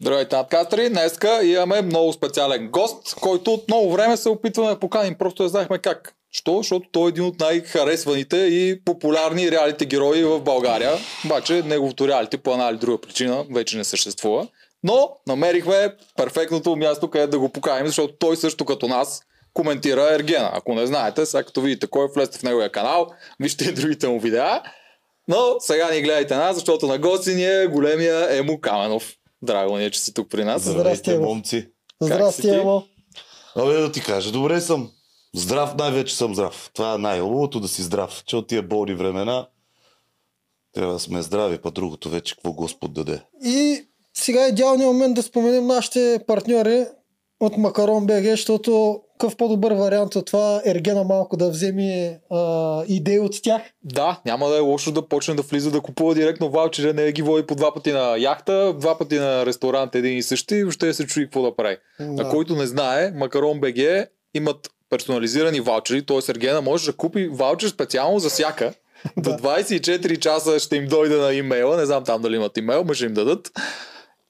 Здравейте, Аткастри! Днеска имаме много специален гост, който от много време се опитваме да поканим. Просто не знаехме как. Що? Защото той е един от най-харесваните и популярни реалити герои в България. Обаче неговото реалити по една или друга причина вече не съществува. Но намерихме перфектното място, къде да го поканим, защото той също като нас коментира Ергена. Ако не знаете, сега като видите кой е, влезте в неговия канал, вижте и другите му видеа. Но сега ни гледайте нас, защото на гости ни е големия Емо Каменов. Драго ни е, че си тук при нас. Здрасти, Здравейте, Ево. момци. Здрасти, си ти? Емо. Абе да ти кажа, добре съм. Здрав, най-вече съм здрав. Това е най-хубавото да си здрав, че от тия болни времена трябва да сме здрави, па другото вече какво Господ даде. И сега е идеалният момент да споменем нашите партньори от Макарон БГ, защото какъв по-добър вариант от това Ергена малко да вземе а, идеи от тях. Да, няма да е лошо да почне да влиза да купува директно ваучера, не ги води по два пъти на яхта, два пъти на ресторант един и същи и въобще се чуи какво да прави. Да. А който не знае, Макарон БГ имат персонализирани ваучери, т.е. Сергена може да купи ваучер специално за всяка. До 24 часа ще им дойде на имейла, не знам там дали имат имейл, ма ще им дадат.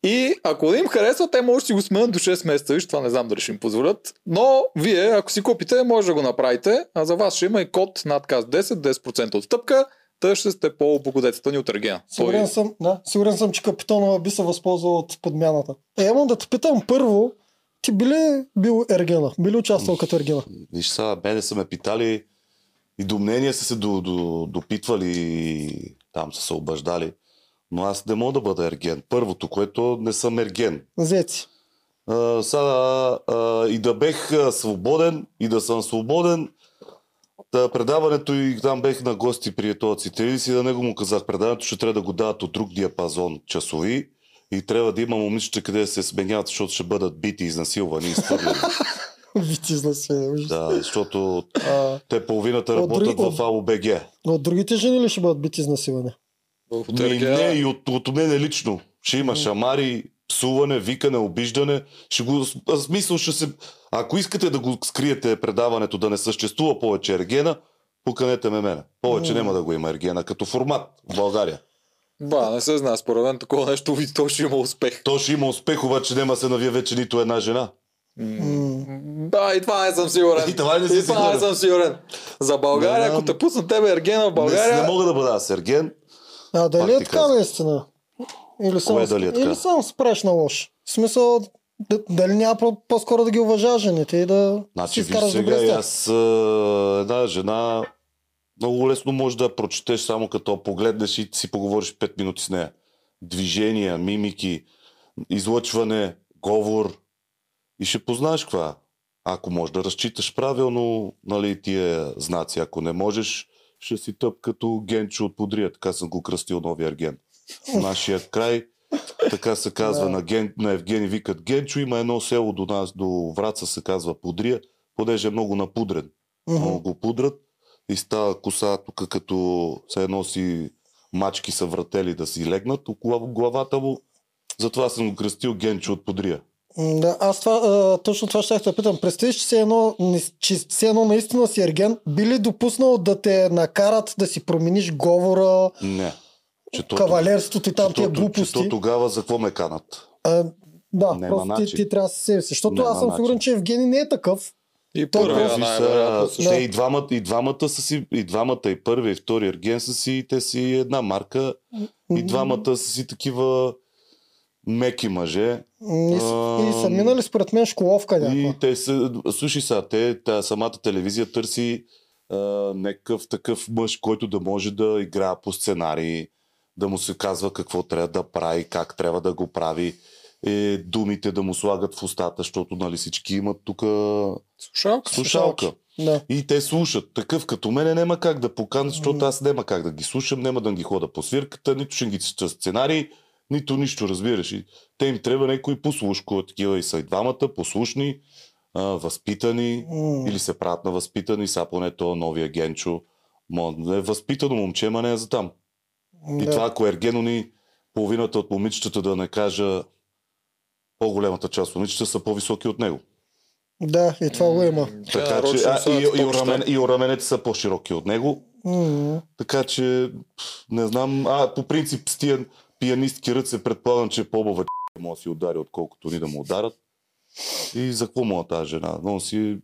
И ако не им харесва, те може да си го сменят до 6 месеца, виж, това не знам дали ще им позволят. Но вие, ако си купите, може да го направите, а за вас ще има и код надказ 10, 10% отстъпка, та ще сте по-благодетелствани от Ергена. Сигурен, Той- съм, да, сигурен съм, че капитанова би се възползвал от подмяната. Е, Емо, да те питам първо, ти би ли бил Ергена? Би ли участвал като Ергена? Виж сега, мене са ме питали и до мнения са се до, до, допитвали и там са се обаждали. Но аз не мога да бъда ерген. Първото, което не съм ерген. Зеци. А, сега, а, и да бех а, свободен, и да съм свободен. Та, предаването и там бех на гости при етоците и си на него му казах, предаването ще трябва да го дават от друг диапазон часови и трябва да има момичета къде да се сменят, защото ще бъдат бити, изнасилвани и изтърлени. Витизна се. ужас. да, защото А, те половината От други- работят от- в АОБГ. от другите жени ли ще бъдат бити изнасилани? от Ми, Ергена. не, и от, от мене лично. Ще има шамари, псуване, викане, обиждане. Ще го, а, смисъл ще се... Ако искате да го скриете предаването да не съществува повече ергена, поканете ме мене. Повече М. няма да го има ергена като формат в България. Ба, не се знае, според мен такова нещо ви то ще има успех. То ще има успех, обаче няма да се навие вече нито една жена. М. Да, и това не съм сигурен. И това не си и това не сигурен. съм сигурен. За България, Не, не, ако те пуснат тебе Ергена в Не, България, не мога да бъда аз ерген. А дали Пак е ти така казвам. наистина? Или само, Кое дали е или така? само спреш на лош? В смисъл, д- дали няма по- по-скоро да ги уважа жените и да Значи, си виж изкараш сега, добре с и тях? аз а, една жена много лесно може да я прочетеш само като я погледнеш и си поговориш 5 минути с нея. Движения, мимики, излъчване, говор и ще познаеш каква. е. Ако можеш да разчиташ правилно нали, тия знаци, ако не можеш, ще си тъп като генче от подрия. Така съм го кръстил новия ген. В нашия край, така се казва Да. на, ген, на Евгений, викат Генчо. Има едно село до нас, до Враца се казва Подрия, понеже е много напудрен. Мгм. Много го пудрат и става коса тук като се носи мачки са вратели да си легнат около главата му. Затова съм го кръстил Генчо от Подрия. М, Да, аз това, а, точно това ще те питам. Представиш, че все едно, не- че все едно наистина си ерген, би ли допуснал да те накарат да си промениш говора, Не. Че то- кавалерството и там че тия то- че то глупости? тогава за какво ме канат? А, да, Няма просто ти, начин. ти трябва да се себе си. Защото Няма аз съм сигурен, начин. че Евгений не е такъв. и Той първия Първи най-вероятно са, също. те и двамата, и двамата са си, и двамата, и първи, и втори ерген са си, те си една марка, и двамата са си такива меки мъже. М, И, с- и са минали според мен школовка някаква. И те са, слушай сега, те, та, самата телевизия търси а, някакъв такъв мъж, който да може да играе по сценарии, да му се казва какво трябва да прави, как трябва да го прави, е, думите да му слагат в устата, защото нали, всички имат тук Слушалка. слушалка. Да. И те слушат. Такъв като мене няма как да покана, защото аз няма как да ги слушам, няма да ги хода по свирката, нито ще ги чета сценарии, нито нищо, разбираш. И те им трябва някой послушко, такива и са и двамата, послушни, а, възпитани, М. или се правят на възпитани, са поне то новия генчо. Мо, да е възпитано момче, ма не е за там. И да. това, ако Ергено ни, половината от момичетата да не кажа, по-голямата част от момичета са по-високи от него. Да, и това го има. Е, Така че, а, и, и, орамен, и ораменете са по-широки от него. М, Така че, пф, не знам. А, по принцип, с тия пианистки ръце предполагам, че е по-баба може да си удари, отколкото ни да му ударат. И за какво му е тази жена? Но си,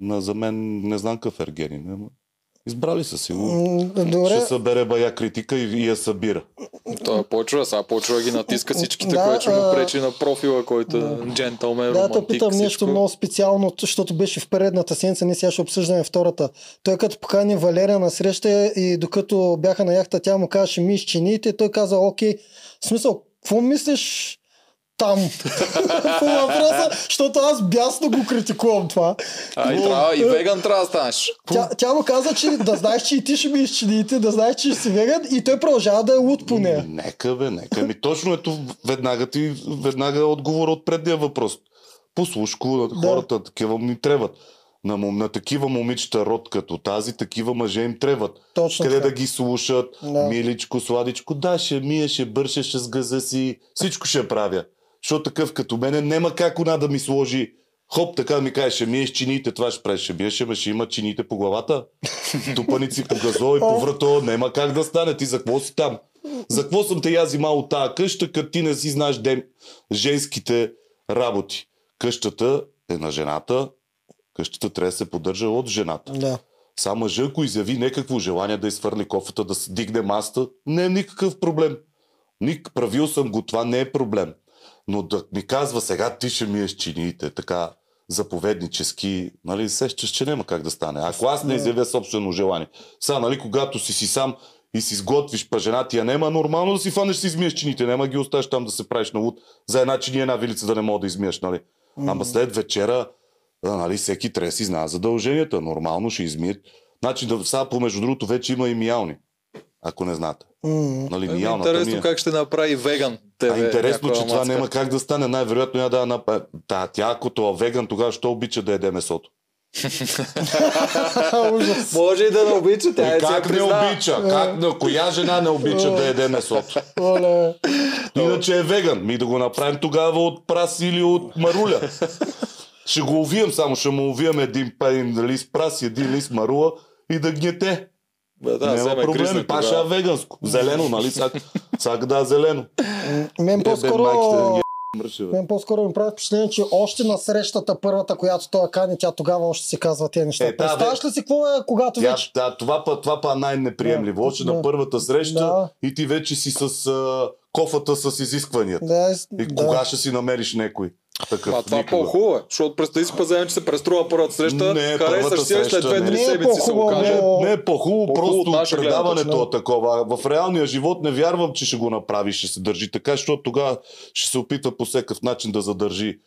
на, за мен не знам какъв Ергенин. е, ама Избрали са си го. М, Добре. Ще събере бая критика и, и я събира. Той е почва, сега почва да ги натиска всичките, Да, което ще му а, пречи на профила, който е да. джентълмен, Да, те е романтик, питам нещо всичко. много специално, защото беше в предната седмица, ние сега ще обсъждаме втората. Той като покани Валерия на среща и докато бяха на яхта, тя му казваше ми изчините, той каза окей. В смисъл, какво мислиш там по въпроса, защото аз бясно го критикувам това. А, и, трябва, Е. и веган трябва да станеш. Тя, тя му каза, че да знаеш, че и ти ще ми изчините, да знаеш, че ще си веган и той продължава да е луд по нея. Нека бе, нека. Ми точно ето веднага ти, веднага е отговор от предния въпрос. Послушко на хората, такива ми трябват. На, мом- на такива момичета род като тази, такива мъже им трябват. Точно Къде така. да ги слушат, Да. миличко, сладичко. Да, ще мия, ще бърша, ще с газа си. Всичко ще правя. Защото такъв като мене няма как она да ми сложи Хоп, така да ми кажеш, ще миеш чините, това ще правиш, ще миеш, ама ще има чините по главата, тупаници по газо и по врато, няма как да стане, ти за какво си там? За какво съм те язима от тази къща, като ти не си знаеш ден, женските работи? Къщата е на жената, къщата трябва да се поддържа от жената. Да. Само мъжа, ако изяви някакво желание да изфърли кофата, да се дигне маста, не е никакъв проблем. Ник, правил съм го, това не е проблем. Но да ми казва сега ти ще миеш чиниите, така заповеднически, нали, сещаш, че няма как да стане. Ако аз не изявя собствено желание. Сега, нали, когато си си сам и си сготвиш, па жена ти я нема, нормално да си фанеш си измиеш чините, няма ги оставиш там да се правиш на луд, за една чини една вилица да не мога да измиеш, нали. Ама след вечера, да, нали, всеки трябва да си знае задълженията, нормално ще измият. Значи, да, сега, помежду другото, вече има и миялни, ако не знаете. М. Нали, Е, ми миялната ми интересно е. как ще направи веган. А Тебе, интересно, че някаква това Е, мацка. няма как да стане. Най-вероятно я да направи. Да, тя ако това е веган, тогава ще обича да яде месото. Ужас. Може и да не обича, тя Е, е как не обича? Как, на коя жена не обича да яде месото? Оле. Иначе е веган. Ми да го направим тогава от прас или от маруля. Ще го увием само, ще му увием един, един лист прас, и един лист марула и да гнете. Бе, да, Да, Няма вземе проблеми, кризна паша е тогава. веганско. Зелено, нали? Сак, сак да, е зелено. Мен Е, бе, майките да по-скоро ги е, мръше, бе. Мен по-скоро ми прави впечатление, че още на срещата първата, която той кани, тя тогава още си казва тези неща. Е, Е, да, Представяш ли си какво е, когато Тя, вече... да, това па, това па най-неприемливо. Да, Още на да. първата среща Да. и ти вече си с а, кофата с изискванията. Да, е с- И да. кога ще си намериш някой такъв? Ма това е Никога. по-хубаво, е, защото представи си пазарен, че се преструва първата среща, Не, харесаш първата си я, след среща не. две-три Не е седмици се по-хубаво. окаже. Не, Не е по-хубаво, По-хубаво от наша просто гледна предаването точка, е такова. А В реалния живот не вярвам, че ще го направи, ще се държи така, защото тогава ще се опита по всекъв начин да задържи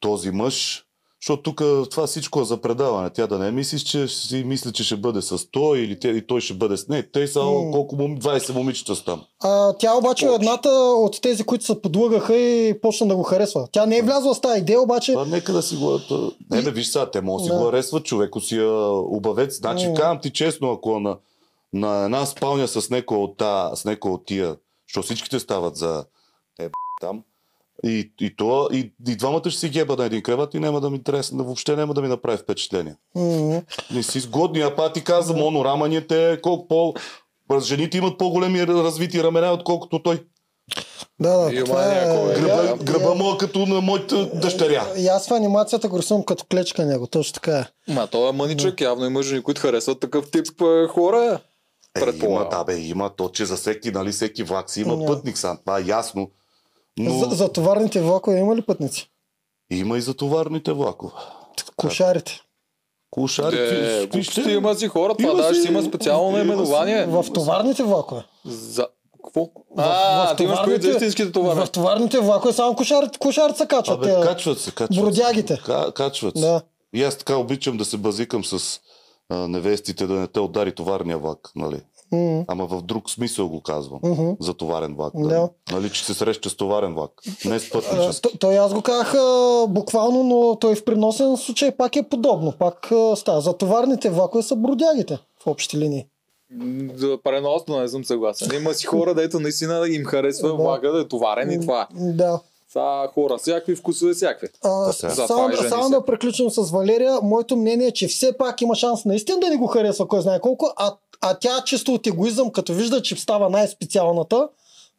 този мъж. Защото тук това всичко е за предаване. Тя да не мислиш, че си мисли, че ще бъде с той или те, и той ще бъде с нея. Те са М. колко мом... 20 момичета са там. А, тя обаче е Повече. едната от тези, които се подлъгаха и почна да го харесва. Тя не е влязла с тази идея, обаче... Това нека да си го... та- Не, бе, виж сега, те могат да си Да. го харесват, човеко си а, обавец. Значи, М. казвам ти честно, ако на, на една спалня с некоя от, та, с некоя от тия, що всичките стават за те б**, там, и, и, то, и, и двамата ще си геба на един креват и няма да ми тресне, въобще няма да ми направи впечатление. М. Не си сгодни, а па ти казвам, оно рамените, колко по... Жените имат по-големи развити рамене, отколкото той. Да, да, Има това е... някой. Гръба, Я- гръба му е като на моята дъщеря. И аз в анимацията го рисувам като клечка него, точно така е. Ма той е мъничък, явно има жени, които харесват такъв тип е, хора. Е, има, Предполагам. да, бе, има то, че за всеки, нали, всеки влак си има Да. пътник сам. Това е ясно. Но За, за товарните влакове има ли пътници? има и за товарните влакове. Кошарите. Кошари, Е, ти- ти глупости ще- има си хора, това Има даже си- си има специално има си- наименование. В товарните влакове. За... Какво? В- А, в ти имаш предвид за товарните- истинските товари. В товарните влакове само кошарите, кошарите се качват. Абе, те- качват се, качват. се. бродягите. Ка, качват се. е. Да. И аз така обичам да се базикам с а, невестите, да не те удари товарния влак, нали? М. Ама в друг смисъл го казвам. Мгм. Е, За товарен влак. Да. Да. Нали, че се среща с товарен влак. Не с А, пътнически. то- Той аз го казах а, буквално, но той в приносен случай пак е подобно. Пак а, става. За товарните влакове са бродягите в общи линии. М, За преносно не съм съгласен. Има си хора, дето наистина им харесва Да. влака да е товарен и това е. М, Да. Са хора, всякакви вкусове, всякакви. А, Така е. За това само, и жени само се. да приключим с Валерия. Моето мнение е, че все пак има шанс наистина да ни го харесва, кой знае колко, а, а тя чисто от егоизъм, като вижда, че става най-специалната,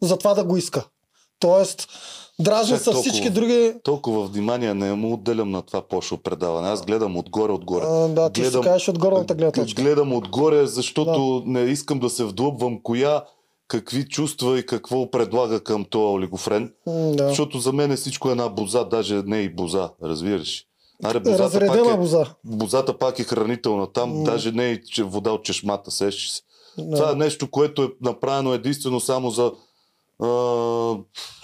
затова да го иска. Тоест, дразни Чак са толкова. всички други. Толкова внимание не му отделям на това пошло предаване. Аз гледам отгоре, отгоре. А, да, ти ще Гледам- кажеш от горната гледна точка. Гледам отгоре, защото не искам да се вдлъбвам коя, какви чувства и какво предлага към този олигофрен. М, Да. Защото за мен е всичко една боза, даже не и боза, разбираш. Аре, бозата пак Разредена е, боза. бозата пак е хранителна там, М. даже не и че вода от чешмата, сещаш се. Това е Да. нещо, което е направено единствено само за а,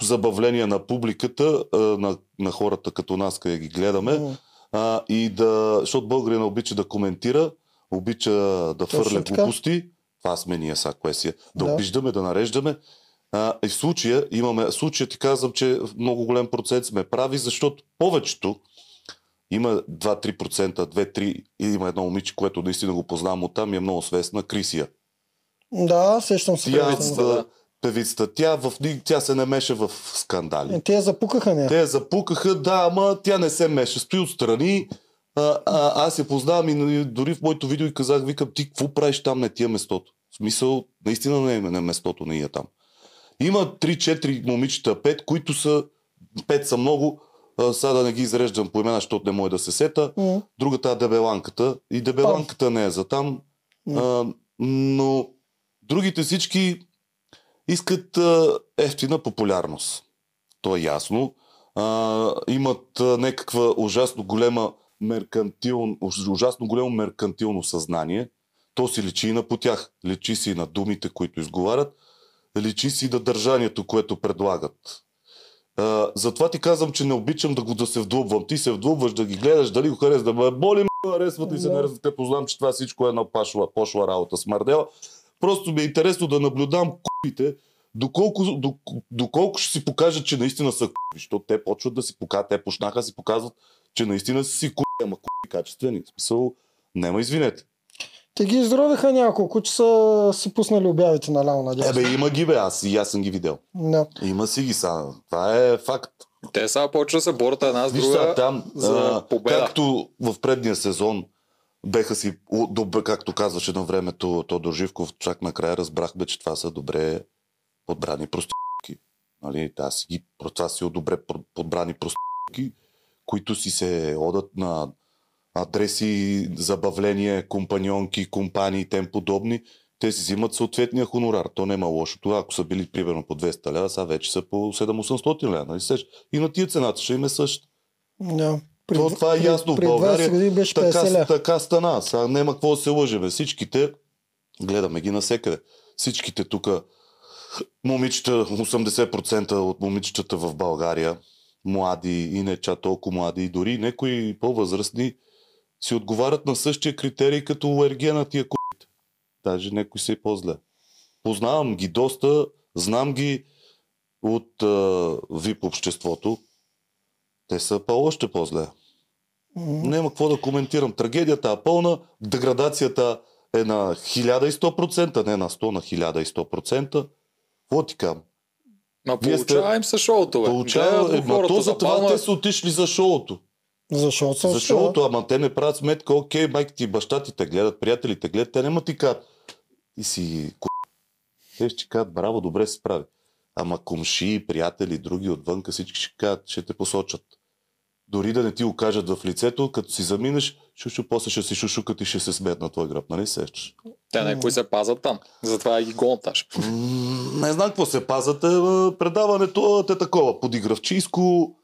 забавление на публиката, а, на, на хората като нас, къде ги гледаме. М, А, и да, защото българина обича да коментира, обича да Точно хвърля така. глупости. Това сме ние са, кое си е. Да, Да. да обиждаме, да нареждаме. А, и в случая имаме, в случая ти казвам, че в много голям процент сме прави, защото повечето има 2-3%, 2-3% и има едно момиче, което наистина го познавам оттам и е много свестна, Крисия. Да, сещам се. Тя, прекрасно. да. да. певицата, тя, в, ни- тя се не меше в скандали. Е, Те я запукаха не. Те я запукаха, да, ама тя не се меше. Стои отстрани. А, а, аз я познавам и на- дори в моето видео и казах, викам, ти какво правиш там, не ти е местото. В смисъл, наистина не е не е местото, не е там. Има 3-4 момичета, 5, които са, 5 са много, а, сега да не ги изреждам по имена, защото не може да се сета. М, Другата е дебеланката. И дебеланката не е за там. А, но другите всички искат а, ефтина популярност. То е ясно. А, имат а, някаква ужасно голема меркантилно, ужасно голямо меркантилно съзнание. То си личи и на по тях. Личи си и на думите, които изговарят. Личи си и на държанието, което предлагат. А, затова ти казвам, че не обичам да го да се вдлъбвам. Ти се вдлъбваш да ги гледаш, дали го харесва. Да ме боли, м- харесват ли се, Да. не харесват. Като знам, че това всичко е една пашла, пошла работа с Мардела. Просто ми е интересно да наблюдам купите, доколко, док- доколко ще си покажат, че наистина са купи. Защото те почват да си показват, те почнаха да си показват, че наистина са си купи, ама купи качествени. В смисъл, нема извинете. Те ги изровиха няколко, че са си пуснали обявите наляво надясно. Ебе, има ги бе, аз и аз съм ги видял. Да. Има си ги са. Това е факт. Те сега почва да се борят една с Виж сега, друга. там, за а, победа. както в предния сезон беха си, у- добре, както казваше на времето Тодор Живков, чак накрая разбрахме, че това са добре подбрани проститутки. Нали, това си, ги- това си добре под- подбрани проститутки, които си се одат на адреси, забавления, компаньонки, компании и тем подобни. Те си взимат съответния хонорар. То няма лошо. Това, ако са били примерно по 200 лева, сега вече са по 7-800 лева. Нали? сеш? И на тия цената ще им е същата. Да. То това е ясно в При България. 20 години беше 50 Така, ля. така стана. Сега няма какво да се лъжеме. Всичките, гледаме ги навсекъде. Всичките тук, момичета, 80% от момичетата в България, млади и не чак толкова млади, и дори някои по-възрастни, си отговарят на същия критерий като Уергена на тия курите. Даже някой се и по-зле. Познавам ги доста, знам ги от а, VIP обществото. Те са па още по-зле. М, Няма какво да коментирам. Трагедията е пълна, деградацията е на 1100%, не на 100, на 1100%. Какво ти кам? Ма Вие сте- получава им се шоуто, бе. Получава, Гледат е, го ма то за това забавно е. те са отишли за шоуто. Защото са За шоуто, ама те не правят сметка, окей, майка ти, баща ти те гледат, приятели те гледат, те няма ти кажат. И си ку- Те ще кажат, браво, добре се справи. Ама комши, приятели, други отвънка, всички ще кажат, ще те посочат. Дори да не ти го кажат в лицето, като си заминеш, шушу, после ще си шушукат и ще се смеят на твой гръб, нали сещаш? Те някои се пазат там. Затова ги гонташ. М, не знам какво се пазате. а, Предаването е такова, подигравчийско.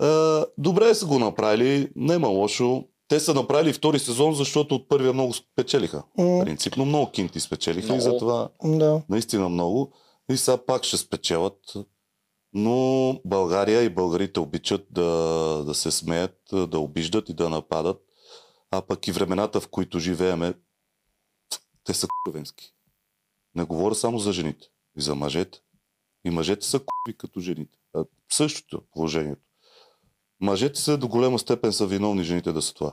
А, Добре са го направили, нема лошо. Те са направили втори сезон, защото от първия много спечелиха. М, Принципно много кинти спечелиха и Много. затова Да. наистина много. И сега пак ще спечелят. Но България и българите обичат да, да се смеят, да обиждат и да нападат. А пък и времената, в които живееме, те са кувенски. Не говоря само за жените. И за мъжете. И мъжете са куви като жените. А, същото е положението. Мъжете са до голяма степен са виновни жените да са това.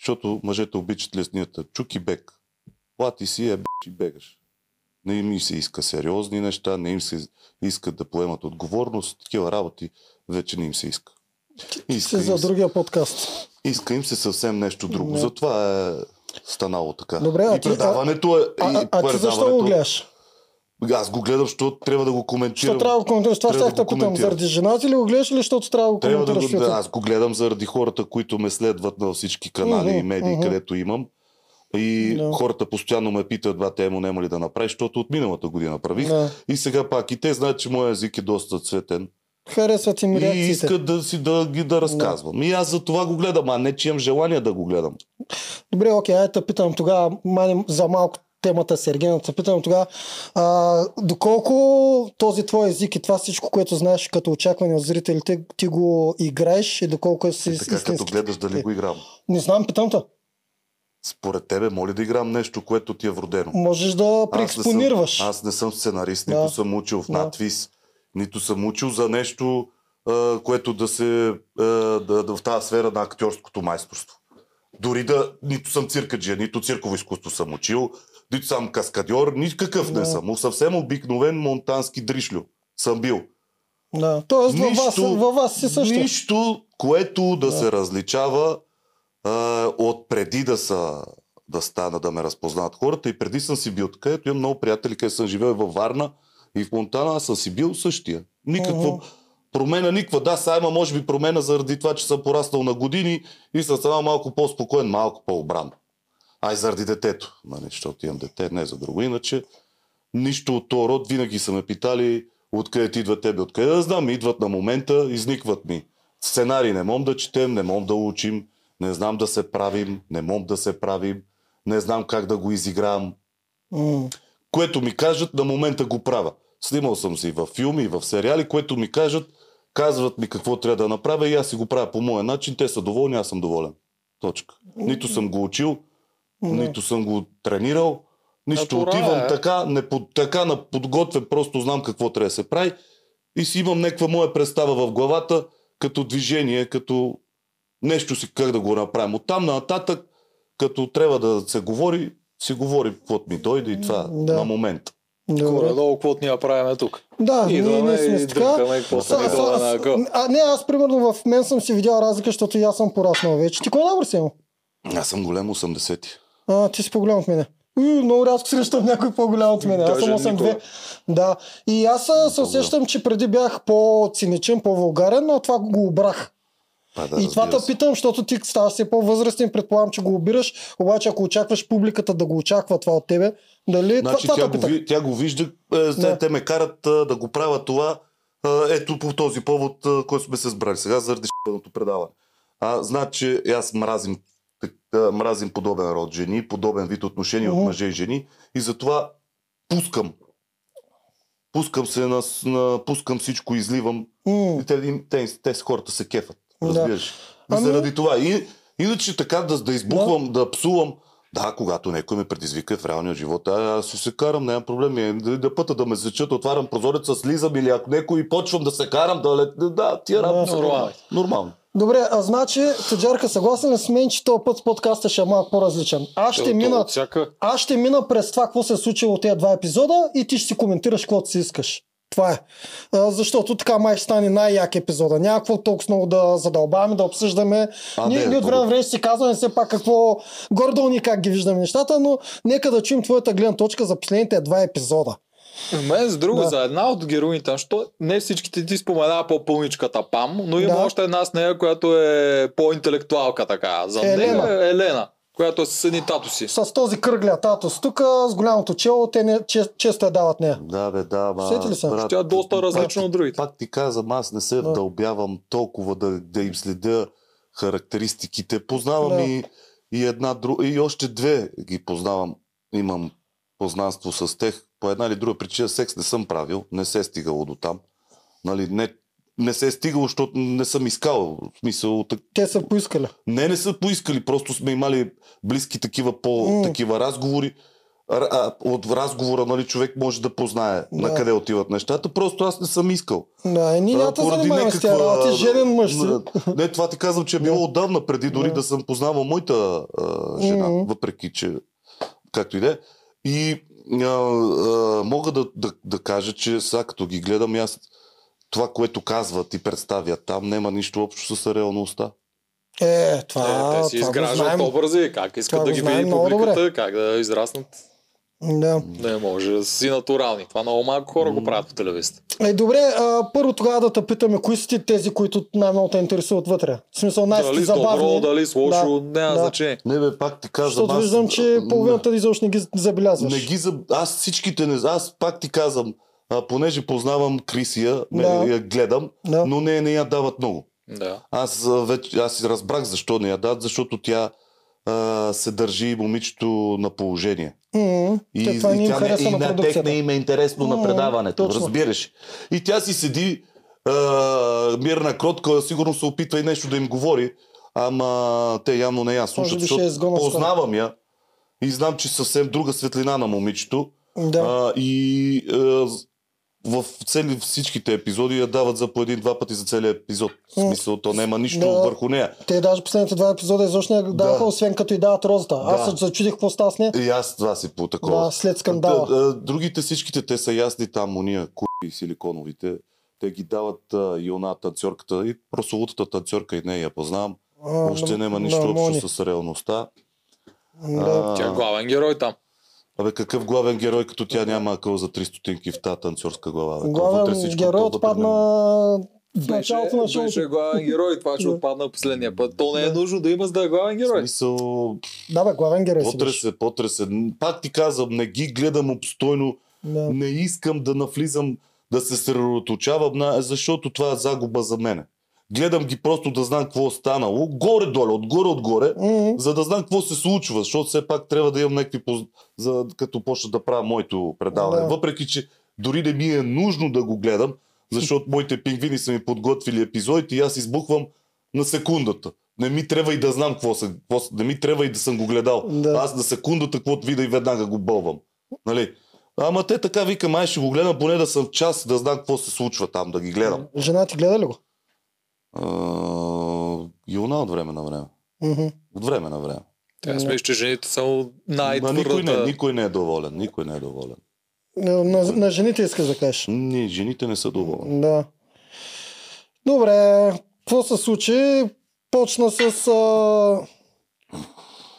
Защото мъжете обичат леснията. Чук и бек. Плати си е б... и бегаш. Не им се иска сериозни неща, не им се иска да поемат отговорност. Такива работи вече не им се иска. Иска Си им за се, другия подкаст. иска им се съвсем нещо друго. Не. Затова е станало така. Добре, а и ти- предаването е... А, и а, а ти защо предаването- го гледаш? Аз го гледам, защото трябва да го коментирам. Що трябва да го коментираш? Това Трябва да ще да го питам. коментирам. Заради жената ли го гледаш или защото трябва да го Трябва да коментираш? го, да, филма? аз го гледам заради хората, които ме следват на всички канали Мгм, и медии, мгм. където имам. И Да. хората постоянно ме питат, ба, те му няма ли да направиш, защото от миналата година правих. Да. И сега пак. И те знаят, че моят език е доста цветен. Харесват И им Ами реакциите. искат да, си, да ги да разказвам. И аз за това го гледам, а не, че имам желание да го гледам. Добре, окей, айде те питам тогава мани, за малко темата с Ергена. Те питам тогава а, доколко този твой език и това всичко, което знаеш като очакване от зрителите, ти го играеш и доколко си Е, Така като истински. гледаш дали го играм. Не знам, питам те. Според тебе, моля да играм нещо, което ти е вродено. Можеш да Аз не, съм, преекспонираш. аз не съм сценарист, Да. нито съм учил в Да. надвис, нито съм учил за нещо, а, което да се а, да, да, в тази сфера на актьорското майсторство. Дори да нито съм циркаджия, нито цирково изкуство съм учил, нито съм каскадьор, никакъв Да. не съм. Съвсем обикновен монтански дришлю съм бил. Да. Тоест във вас, Нищо- във вас си също. Нищо, което да, Да. се различава а, от преди да са да стана, да ме разпознат хората. И преди съм си бил така, ето имам много приятели, където съм живеел и във Варна и в Монтана, аз съм си бил същия. Никаква Мгм. промена, никаква. Да, сега има може би промена заради това, че съм пораснал на години и съм само малко по-спокоен, малко по-обран. Ай, заради детето. Нали, защото имам дете, не за друго. Иначе, нищо от този род. Винаги са ме питали откъде ти идват тебе, откъде да знам. Идват на момента, изникват ми. Сценарий не мом да четем, не мом да учим, не знам да се правим, не мом да се правим, не знам как да го изиграм. М. Което ми кажат, на момента го правя. Снимал съм си във филми, в сериали, което ми кажат, казват ми какво трябва да направя и аз си го правя по моя начин, те са доволни, аз съм доволен. Точка. Нито съм го учил, Да. нито съм го тренирал, нищо. Натурал е. Отивам така, не под, така на подготвен, просто знам какво трябва да се прави и си имам някаква моя представа в главата, като движение, като нещо си как да го направим. От там на нататък, като трябва да се говори, си говори каквото ми дойде и това Да. на момент. Добре. Горе-долу, каквото ние правиме тук. Да, ние, Идваме ние и сме с така. дъркаме какво се Са- Сега са- видува на аз- ъгъл. а, не, аз примерно в мен съм си видял разлика, защото и аз съм пораснал вече. Ти кой набор си имал? Аз съм голям 80 А, ти си по-голям от мене. У, много рязко срещам някой по-голям от мене. Аз съм Даже 8-2. никога. Да. И аз а, се По-голям. усещам, че преди бях по-циничен, по-вулгарен, но това го обрах. Па, да, Да, и това разбира те се. питам, защото ти ставаш все по-възрастен, предполагам, че го обираш, обаче ако очакваш публиката да го очаква това от тебе, дали Значи Е, това, тя това те го, питам. ви- тя го вижда, е, Да. те, те ме карат а, да го правя това. а, Ето по този повод, а, който сме се сбрали сега, заради шеното предаване. А, значи аз мразим, так- а, мразим подобен род жени, подобен вид отношения Мгм. от мъже и жени и затова пускам. Пускам се, на, с- на, пускам всичко, изливам. М, И те, им- те, те, с хората се кефат. Да. Разбираш. Да. Ами- Заради това. И, иначе така да, да избухвам, да. псувам. Да, когато някой ме предизвика в реалния живот, а, аз ще се карам, нямам проблеми. Е, Да, да пъта да ме зачат, отварям прозореца, слизам или ако някой и почвам да се карам, да лет... Да, тия Да, работи са нормално. нормални. Нормално. Добре, а значи, Таджарка, съгласен ли с мен, че този път подкастът ще е малко по-различен? Аз Е, ще То- то мина от Всяка... Аз ще мина през това, какво се е случило от тези два епизода и ти ще си коментираш каквото си искаш. Това е. А, Защото така май ще стане най-як епизода. Няма какво толкова много да задълбаваме, да обсъждаме. А, ние, не, ние от време на първо. време ще си казваме все пак какво гордо ни как ги виждаме нещата, но нека да чуем твоята гледна точка за последните два епизода. Мен с друго, Да. да. за една от героините, защото не всичките ти споменава по-пълничката Пам, но има Да. да. още една с нея, която е по-интелектуалка така. За Елена. нея е Елена, която е със едни тато си. С този кръгля татус тук, с голямото чело, те не, че, често я дават нея. Да, бе, да, ма, Сети Е. ли се? Тя е доста пак различна ти- от другите. Пак ти казвам, аз не се Да. вдълбявам толкова да, да им следя характеристиките. Познавам Да. и, и една друга, и още две ги познавам. Имам познанство с тях. По една или друга причина секс не съм правил, не се е стигало до там. Нали, не, не се е стигало, защото не съм искал. В смисъл, так... Те са поискали. Не, не са поискали, просто сме имали близки такива М. по-такива разговори. Р- а, От разговора, нали, човек може да познае Да. на къде отиват нещата. Просто аз не съм искал. Да, е, ние няма да се занимаваме с тях. работа. Ти женен мъж си. нали, Не, Не, това ти казвам, че е било отдавна, преди дори Да. да съм познавал моята а, жена, Мгм. въпреки че както и да е. И а, а, мога да, да, да кажа, че сега като ги гледам, и аз това, което казват и представят там, няма нищо общо с реалността. Е, това, Е, те си това го изграждат знаем. образи, как Това искат го да ги знаем види много публиката, как да израснат. Да. Не може да си натурални. Това много малко хора го правят по телевизията. Е, добре, а, първо тогава да те питаме, кои са ти тези, които най-много те интересуват вътре? В смисъл, най Дали си с добро, забавни. дали с лошо, Да, няма да. значение. Не бе, пак ти казвам. Защото аз- виждам, че половината изобщо не ги забелязваш. Не ги заб... Аз всичките не... Аз пак ти казвам, а, понеже познавам Крисия, ме, Да. я гледам, Да. но не, не я дават много. Да. Аз а, вече аз разбрах защо не я дадат, защото тя а, се държи момичето на положение. М, И, те, това не и, им тя не, хареса и на на тях продукцията. не им е интересно на М, предаването, точно. разбираш. И тя си седи а, мирна, кротка, сигурно се опитва и нещо да им говори, ама те явно не я слушат, би защото ще е изгонна скоро. познавам я и знам, че съвсем друга светлина на момичето. Да. А, и а, з- в цели всичките епизоди я дават за по един-два пъти за целия епизод. В М. смисъл, то няма нищо Да. върху нея. Те даже последните два епизода изобщо не даваха, освен като и дават розата. Аз Да. се зачудих какво става с нея. И аз това си по такова. Да, след скандала. Да, а, другите всичките те са ясни там, уния кури силиконовите. Те ги дават а, и она танцорката, и прословутата танцорка и нея я познавам. А, Въобще на- няма на нищо Мони. общо с реалността. Да. Тя е главен герой там. Абе, какъв главен герой, като тя няма акъл за 3 стотинки в тази танцорска глава? бе? То вътре нали? Главен всичко, герой то вътре отпадна няма. в началото на шоуто. беше главен герой, това ще Да. отпадна последния път. То не е Да. нужно да има за да е главен В герой. смисъл, Да, бе, главен герой си беше. Потресе, потресе. Пак ти казвам, не ги гледам обстойно. Да. Не искам да навлизам, да се съсредоточавам, на- защото това е загуба за мене. Гледам ги просто да знам какво е станало. Горе-долу, отгоре-отгоре, М, за да знам какво се случва, защото все пак трябва да имам някакви поз... за... като почна да правя моето предаване. Да. Въпреки, че дори не ми е нужно да го гледам, защото моите пингвини са ми подготвили епизодите и аз избухвам на секундата. Не ми трябва и да знам какво съм, какво... с- не ми трябва и да съм го гледал. Да. Аз на секундата, каквото видя и веднага го бълвам. Нали? Ама те така викам, ай ще го гледам поне да съм в час, да знам какво се случва там, да ги гледам. Жена ти гледа ли го? А, Юна от време на време. Мгм. От време на време. Тя Да. смисля, че жените са Ма никой, не, най-твърдата. никой не е доволен. Никой не е доволен. На, на- на жените искаш да кажеш. Ние, жените не са доволни. Да. Добре, какво се случи? Почна с... А...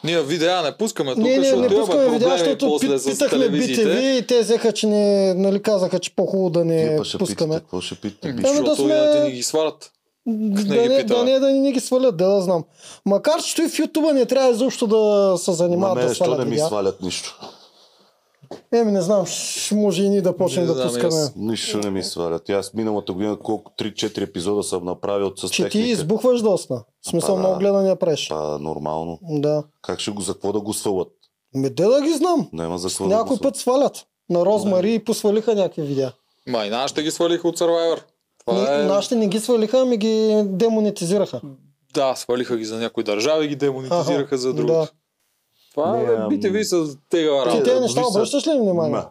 Ние видеа не пускаме тук, Ние не, защото не имаме пускаме видеа, проблеми защото после пит, с питахме BTV телевизиите. Ами, и те взеха, че не, нали, казаха, че по-хубаво да не Вие па ще питате, пускаме. какво ще питате? Ами, Би- Ами да Защото сме- иначе ни ги сварят. Да не ги не, пита. да не, да не ги свалят, да, да знам. Макар, че и в Ютуба не трябва изобщо да се На занимават мен, да що свалят не ми видеа. свалят нищо. Еми, не знам, ш- може и ние да почнем Не да знам, пускаме. аз- Нищо не ми свалят. И Аз миналата година колко 3-4 епизода съм направил с Че ти техника. избухваш доста. В смисъл, Па, много да. гледания правиш. Па, нормално. Да. Как ще го, за какво да го свалят? Ме де да ги знам. Няма за какво да го Някой свалят. път свалят. На Розмари и посвалиха някакви видеа. Ма и нашите ги свалиха от Survivor. Това Ни- е... Нашите не ги свалиха, ами ги демонетизираха. Да, свалиха ги за някои държави, ги демонетизираха Аха, за другото. да. Това Не, е ам- BTV с тегава Ти Да, работа. те неща виж се. обръщаш ли им внимание? Ма,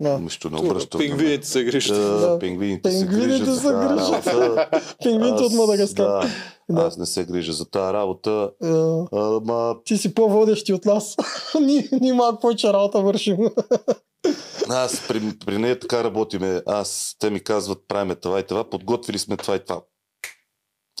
Да. Нищо не Тука обръщам. Пингвините се грижат. Да, Да. Пингвините се Пингвините грижат. за се тази грижат. работа. Пингвините от Аз- Мадагаскар. да, Да. Аз не се грижа за тази работа. Е, Ама Ти си по-водещи от нас. ние, ние малко повече работа вършим. Аз при, при нея така работиме. Аз, те ми казват, правиме това и това, подготвили сме това и това.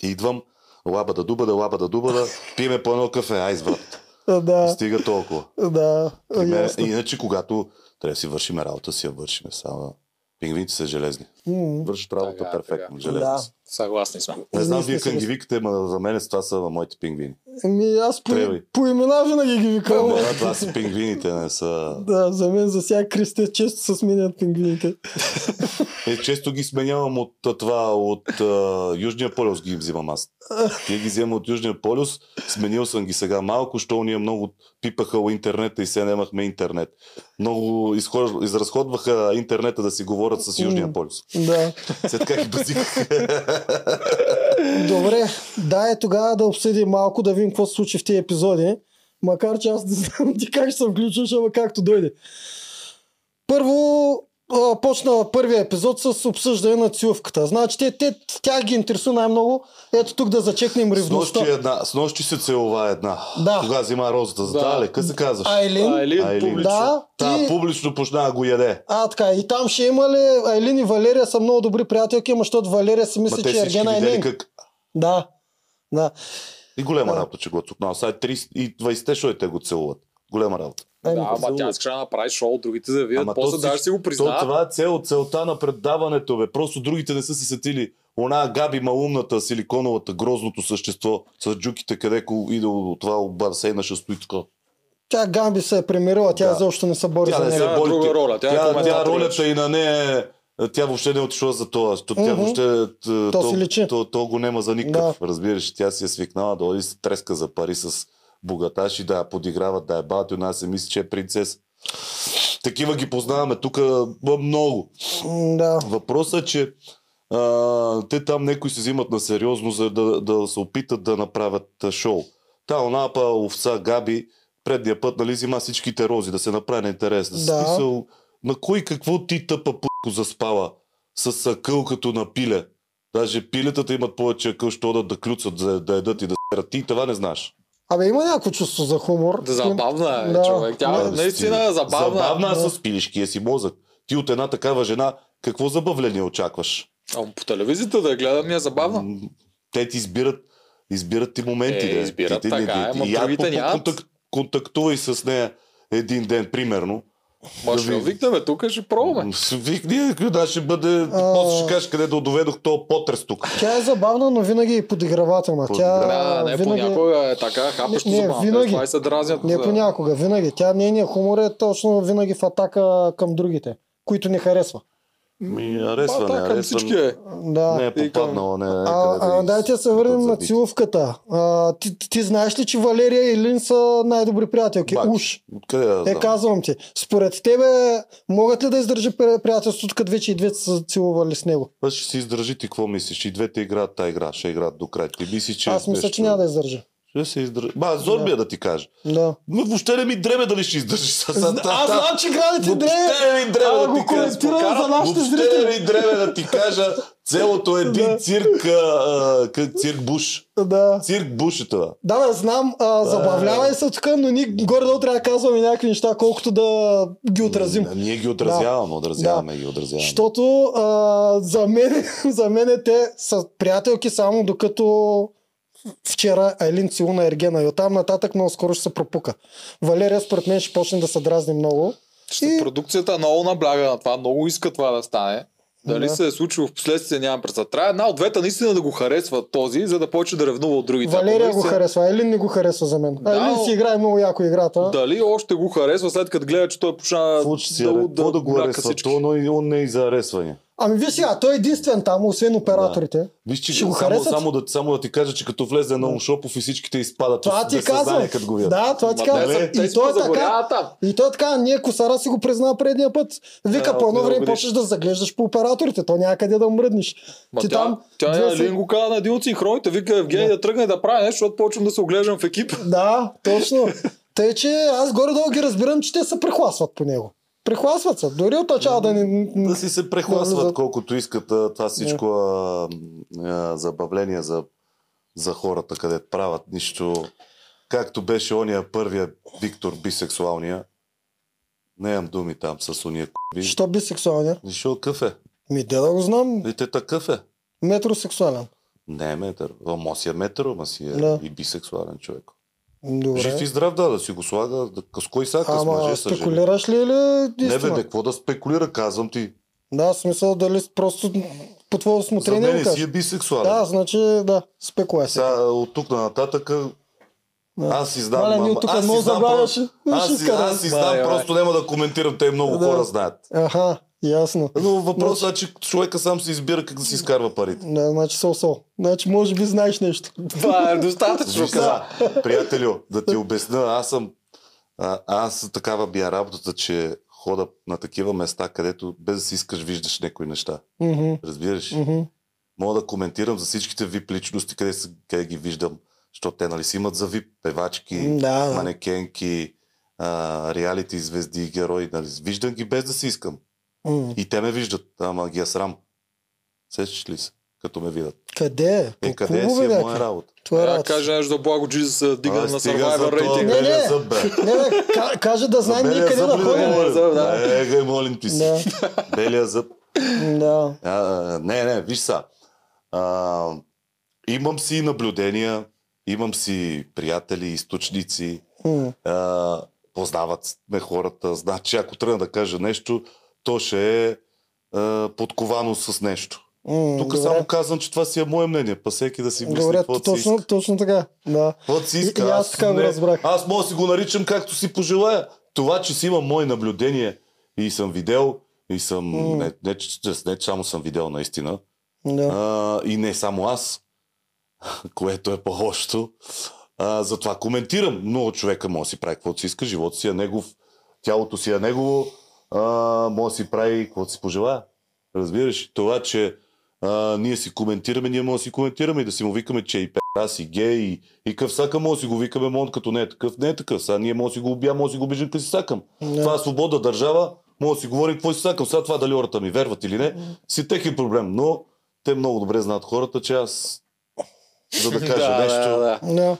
И идвам, лаба да дуба да, лаба да дуба да, пиеме по едно кафе, айс брат. да, Стига толкова. да. При мен- ясно. иначе, когато трябва да си вършим работа, си я вършим. Само пингвините са железни. М, Вършат работа Така, перфектно. така. Железни. Да. са. Съгласни сме. Не знам, Ние вие сме към ги си- викате, ма за мен това са моите пингвини. Ами аз по, Тревай. по имена винаги ги викам. Това, това са пингвините, не са... да, за мен за сега кресте често се сменят пингвините. Е, често ги сменявам от а, това, от а, Южния полюс ги взимам аз. Ние ги вземам от Южния полюс, сменил съм ги сега малко, що ние много пипаха интернета и сега нямахме интернет. Много изхож... изразходваха интернета да си говорят с Южния М. полюс. да. След как ги базикаха. Добре, да е тогава да обсъдим малко, да видим какво се случи в тези епизоди. Макар че аз не знам ти как ще се включиш, ама както дойде. Първо а, почна първия епизод с обсъждане на циловката. Значи те, те, тях ги интересува най-много. Ето тук да зачекнем с, нощи ревността. една, с нощи се целува една. Да. Тогава взима розата. За Да. да. лека се казваш. Айлин. е Айлин, Айлин. публично. Да, Та и... публично почна да го яде. А, така, и там ще има ли... Айлин и Валерия са много добри приятелки, ама защото Валерия си Ма мисли, те че всички Ергена е видели нейн. как Да, да. И голема Да. работа, че го е цукнал. Сега 30 и 20-те, що е те го целуват. Голема работа. Да, Ами, ама абсолютно. тя искаше да направи шоу, другите да видят, Ама то после всички- даже си го То, призна. това е цел, целта на предаването, бе. Просто другите не са се сетили. Она Габи Маумната, силиконовата, грозното същество с джуките, къде ко- иде от това от басейна ще стои така. Тя Гамби се е премирила, тя Да. изобщо не се бори Тя за не се него. Тя е бори. друга роля, тя е Тя, тя коментатор ролята и на нея е- тя въобще не е отишла за това. То, тя Мгм. въобще, е, то, То си личи. То, то, го няма за никакъв. Разбираш, тя си е свикнала да ходи с треска за пари с богаташи, да я подиграват, да я бават и она се мисли, че е принцес. Такива ги познаваме тук много. М, Да. Въпросът е, че а, те там някои се взимат на сериозно, за да, да се опитат да направят а, шоу. Та Онапа, овца, Габи, предния път, нали, взима всичките рози, да се направи на интерес. Да. Да. Смисъл, на кой какво ти тъпа путко заспава с акъл като на пиле? Даже пилетата имат повече акъл, що да, да клюцат, да, да едат и да сират. Ти това не знаеш. Абе, има някакво чувство за хумор. Да, забавна е, Да. човек. Тя Да, наистина е си. забавна. Забавна Да. да. с пилишкия си мозък. Ти от една такава жена какво забавление очакваш? Ама по телевизията да я гледам ми е забавно. М, Те ти избират, избират ти моменти. Е, да. избират ти, ти- така, ти- ама и я другите по- по- нямат. контак- контактувай с нея един ден, примерно. Може да да ви- викнем, тук ще пробваме. М, с- Викни, да, ще бъде... После ще кажеш къде да доведох то потрес тук. Тя е забавна, но винаги е подигравателна. Тя Да, не, винаги... понякога е така, хапащо Не, не, забавно. винаги. Това и се дразнят. Не е да. понякога, винаги. Тя нейният хумор е точно винаги в атака към другите, които не харесва. Ми, Ба, харесва, да, не към харесва. всички е. Да. Не е И към- попаднала, не е А, къде да а, й дайте да се спитат върнем на задите. целувката. А, ти, ти, ти знаеш ли, че Валерия и Лин са най-добри приятелки? Бак. Уж. Откъде да Е, знам? казвам ти. Според тебе, могат ли да издържи при- приятелството, като вече и двете са целували с него? Аз ще си издържи ти какво мислиш? И двете играят та игра, ще играят до край. Ти мислиш, че... Аз мисля, че нещо- няма да издържа. Ще се издържи. Ба, зорбия да ти кажа. Да. Но въобще не ми дреме дали ще издържиш. Аз Аз знам, че градите дре. Въобще не ми дреме Ама да го ти кажа. коментирам за Покарам. нашите Въобще не зрители. ми дреме да ти кажа. Целото е един Да. цирк, а, а, цирк буш. Да. Цирк буш е това. Да, да, знам, Е. а, забавлявай се тук, но ние горе-долу трябва да казваме някакви неща, колкото да ги отразим. М, Ние ги отразяваме, отразяваме ги, отразяваме. Защото а, за, мен, за мен те са приятелки само докато вчера Айлин целуна Ергена и оттам нататък много скоро ще се пропука. Валерия според мен ще почне да се дразни много. Ще И- Продукцията много набляга на това, много иска това да стане. Дали Да. се е случило в последствие, нямам представа. Трябва една от двете наистина да го харесва този, за да почне да ревнува от другите. Валерия Ако го се- харесва, Айлин не го харесва за мен. Да, Айлин но- си играе много яко играта. Дали още го харесва, след като гледа, че той почна Случи си, да, да, да го мляка харесва, всички. то, но и он не е и за харесване. Ами виж сега, той е единствен там, освен операторите. Виж, че Ще го само, само, харесат? да, само да ти кажа, че като влезе на Умшопов и всичките изпадат Това от ти казвам. несъзнание, като го видят. Да, това ти Ма, казвам. те са- те И си той е така. позагоряват там. И той е така, ние косара си го призна предния път. Вика, Да, по едно не време обидиш. почваш да заглеждаш по операторите, то някъде да мръднеш. Ма ти тя, там. тя две е си- Лин го каза на един от синхроните, вика Евгений да. Да. тръгне да прави нещо, защото почвам да се оглеждам в екипа. Да, точно. Тъй, че аз горе-долу ги разбирам, че те се прехласват по него. Прехласват се. Дори от начало да ни... да си се прехласват Нали, за- колкото искат. а, Това всичко а, а, забавление за, за хората, къде правят нищо. Както беше ония първия Виктор бисексуалния. Нямам думи там с уния куби. Що бисексуалния? Нищо кафе. Ми де да го знам, И те такъв е. метросексуален. Не е метър. Ама си е метър, ама си е Да. и бисексуален човек. Жив и Добре. здрав, да, да си го слага. Да, с кой сака, с Ама мъже, с жени. спекулираш ли или Не бе, бе, истина? какво да спекулира, казвам ти. Да, в смисъл дали просто по твое За усмотрение мен го е си кажеш. е бисексуален. Да, значи да, спекулация. Сега от тук на нататък Да. аз си знам. Мале, ние ама- тук аз си много знам забавяше. просто- Аз Ще си, изкараме. аз си Мале, знам, мале. просто няма да коментирам, те много Да. Значи- хора знаят. Аха, ясно. Но въпросът е, че човека сам си избира как да си изкарва парите. Да, значи сол-сол. Значи може би знаеш нещо. Това е достатъчно. Виж каза. сега, приятелю, да ти обясня, аз съм, а, аз такава би е работата, че хода на такива места, където без да си искаш виждаш някои неща. Мгм, Разбираш? мгм. Мога да коментирам за всичките вип личности, къде, са, къде ги виждам, защото те нали си имат за вип певачки, Да, да. манекенки, а, реалити звезди и герои. Нали? Виждам ги без да си искам. М, И те ме виждат, ама ги е срам. Сещаш ли се, като ме видят? Къде е? Е, По къде е си клубове е моя някакви? работа? Това е Да, работа. каже нещо за Благо Джизус, да дига А, на стига за Survivor това, рейтинг. Не, не. белия зъб, бе. Не, бе, ка- каже да знаем ние Белия къде зъб да ли да ходим. Белия зъб, да. Да, Е, е, молим ти Да. е си. Белия зъб. Да. А, а, не, не, виж са. А, имам си наблюдения, имам си приятели, източници. М, А, познават ме хората, знаят, че ако тръгна да кажа нещо, то ще е, е подковано с нещо. М, Тук добре. само казвам, че това си е мое мнение, па всеки да си мисли Добре, каквото си точно, иска. точно така. Да. Каквото си И- иска. и аз така го не- разбрах. Аз мога да си го наричам както си пожелая. Това, че си имам мое наблюдение и съм видял, и съм, М. не, не, че- че- не, че само съм видял наистина, Да. а, и не само аз, което е по-лошото. А, затова коментирам. Много човека може да си прави каквото си иска, живота си е негов, тялото си е негово, а, може да си прави каквото си пожелая. Разбираш? Това, че а, ние си коментираме, ние може да си коментираме и да си му викаме, че е и пера, и гей, и, и къв сака може да си го викаме, мон като не е такъв, не е такъв. Сега ние може да си го убия, може да си го обижим, като си сакам. Да. Това е свободна държава, мога да си говорим какво си сакам. Сега това е дали хората ми верват или не, си техен проблем. Но те много добре знаят хората, че аз за да кажа да, нещо. Да, да. да.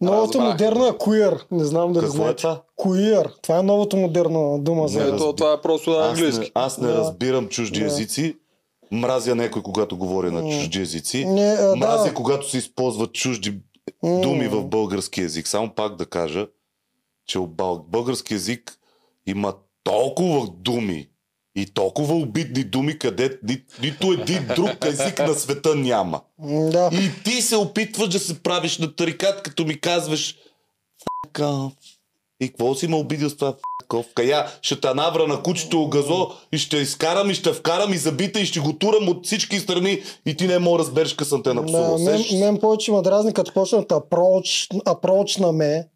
Новото Разбрах. модерно е queer. Не знам дали Какво е знаете. това? Queer. Това е новото модерно дума за Не, Ето, разбира. това е просто на Аз английски. не, аз не Да. разбирам чужди Да. езици. Мразя някой, когато говори на М. чужди езици. Не, а, Мразя, да. когато се използват чужди М. думи в български език. Само пак да кажа, че в бъл- български език има толкова думи и толкова обидни думи, къде ни, нито един друг език на света няма. М, Да. И ти се опитваш да се правиш на тарикат, като ми казваш Fuck off. И какво си ме обидил с това Fuck off? Кая ще те навра на кучето газо и ще изкарам и ще вкарам и забита и ще го турам от всички страни и ти не мога да разбереш къс съм те напсувал. Да, мен, Сещаш се? мен повече ме дразни, като почнат approach, approach на ме.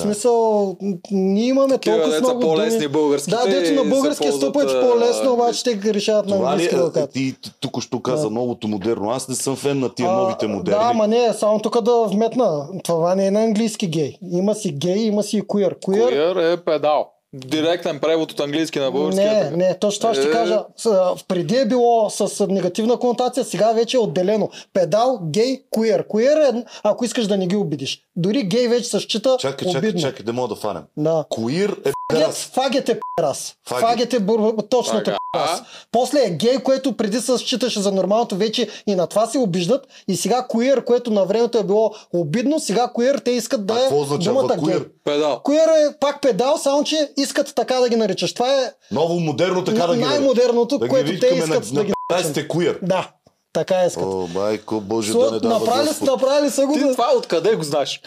Да. смисъл, м, ние имаме Такива толкова деца много по-лесни думи. българските. Да, дето на се български е сто ползват, пъти а, по-лесно, обаче те решават на Това ли английски да го е? кажат. Ти тук що каза новото модерно. Аз не съм фен на тия А, новите модерни. Да, ма не, само тук да вметна. Това не е на английски гей. Има си гей, има си и queer. Queer, Queer е педал. Директен превод от английски на български. е не, така. не, точно това ще Е. кажа. С, а, Преди е било с негативна конотация, сега вече е отделено. Педал, гей, queer. Queer е, ако искаш да не ги обидиш. Дори гей вече се счита Чакай, обидно. чакай, чакай, да мога да фанем. Да. Коир е Фагет, педерас. фагет е пи***рас. Фагет. Фагет е бур... точно Така. така. После е гей, което преди се считаше за нормалното вече и на това се обиждат. И сега queer, което на времето е било обидно, сега queer те искат да А е какво означава думата гей. queer? Педал. Queer е пак педал, само че искат така да ги наричаш. Това е Ново модерно, така да ги най-модерното, да ги което те викаме на- искат да на ги наричат. педерасите queer. Да, така е искат. О, майко, боже, Сло- да не дава направили, Господ. направили са го Ти да- това откъде го знаеш?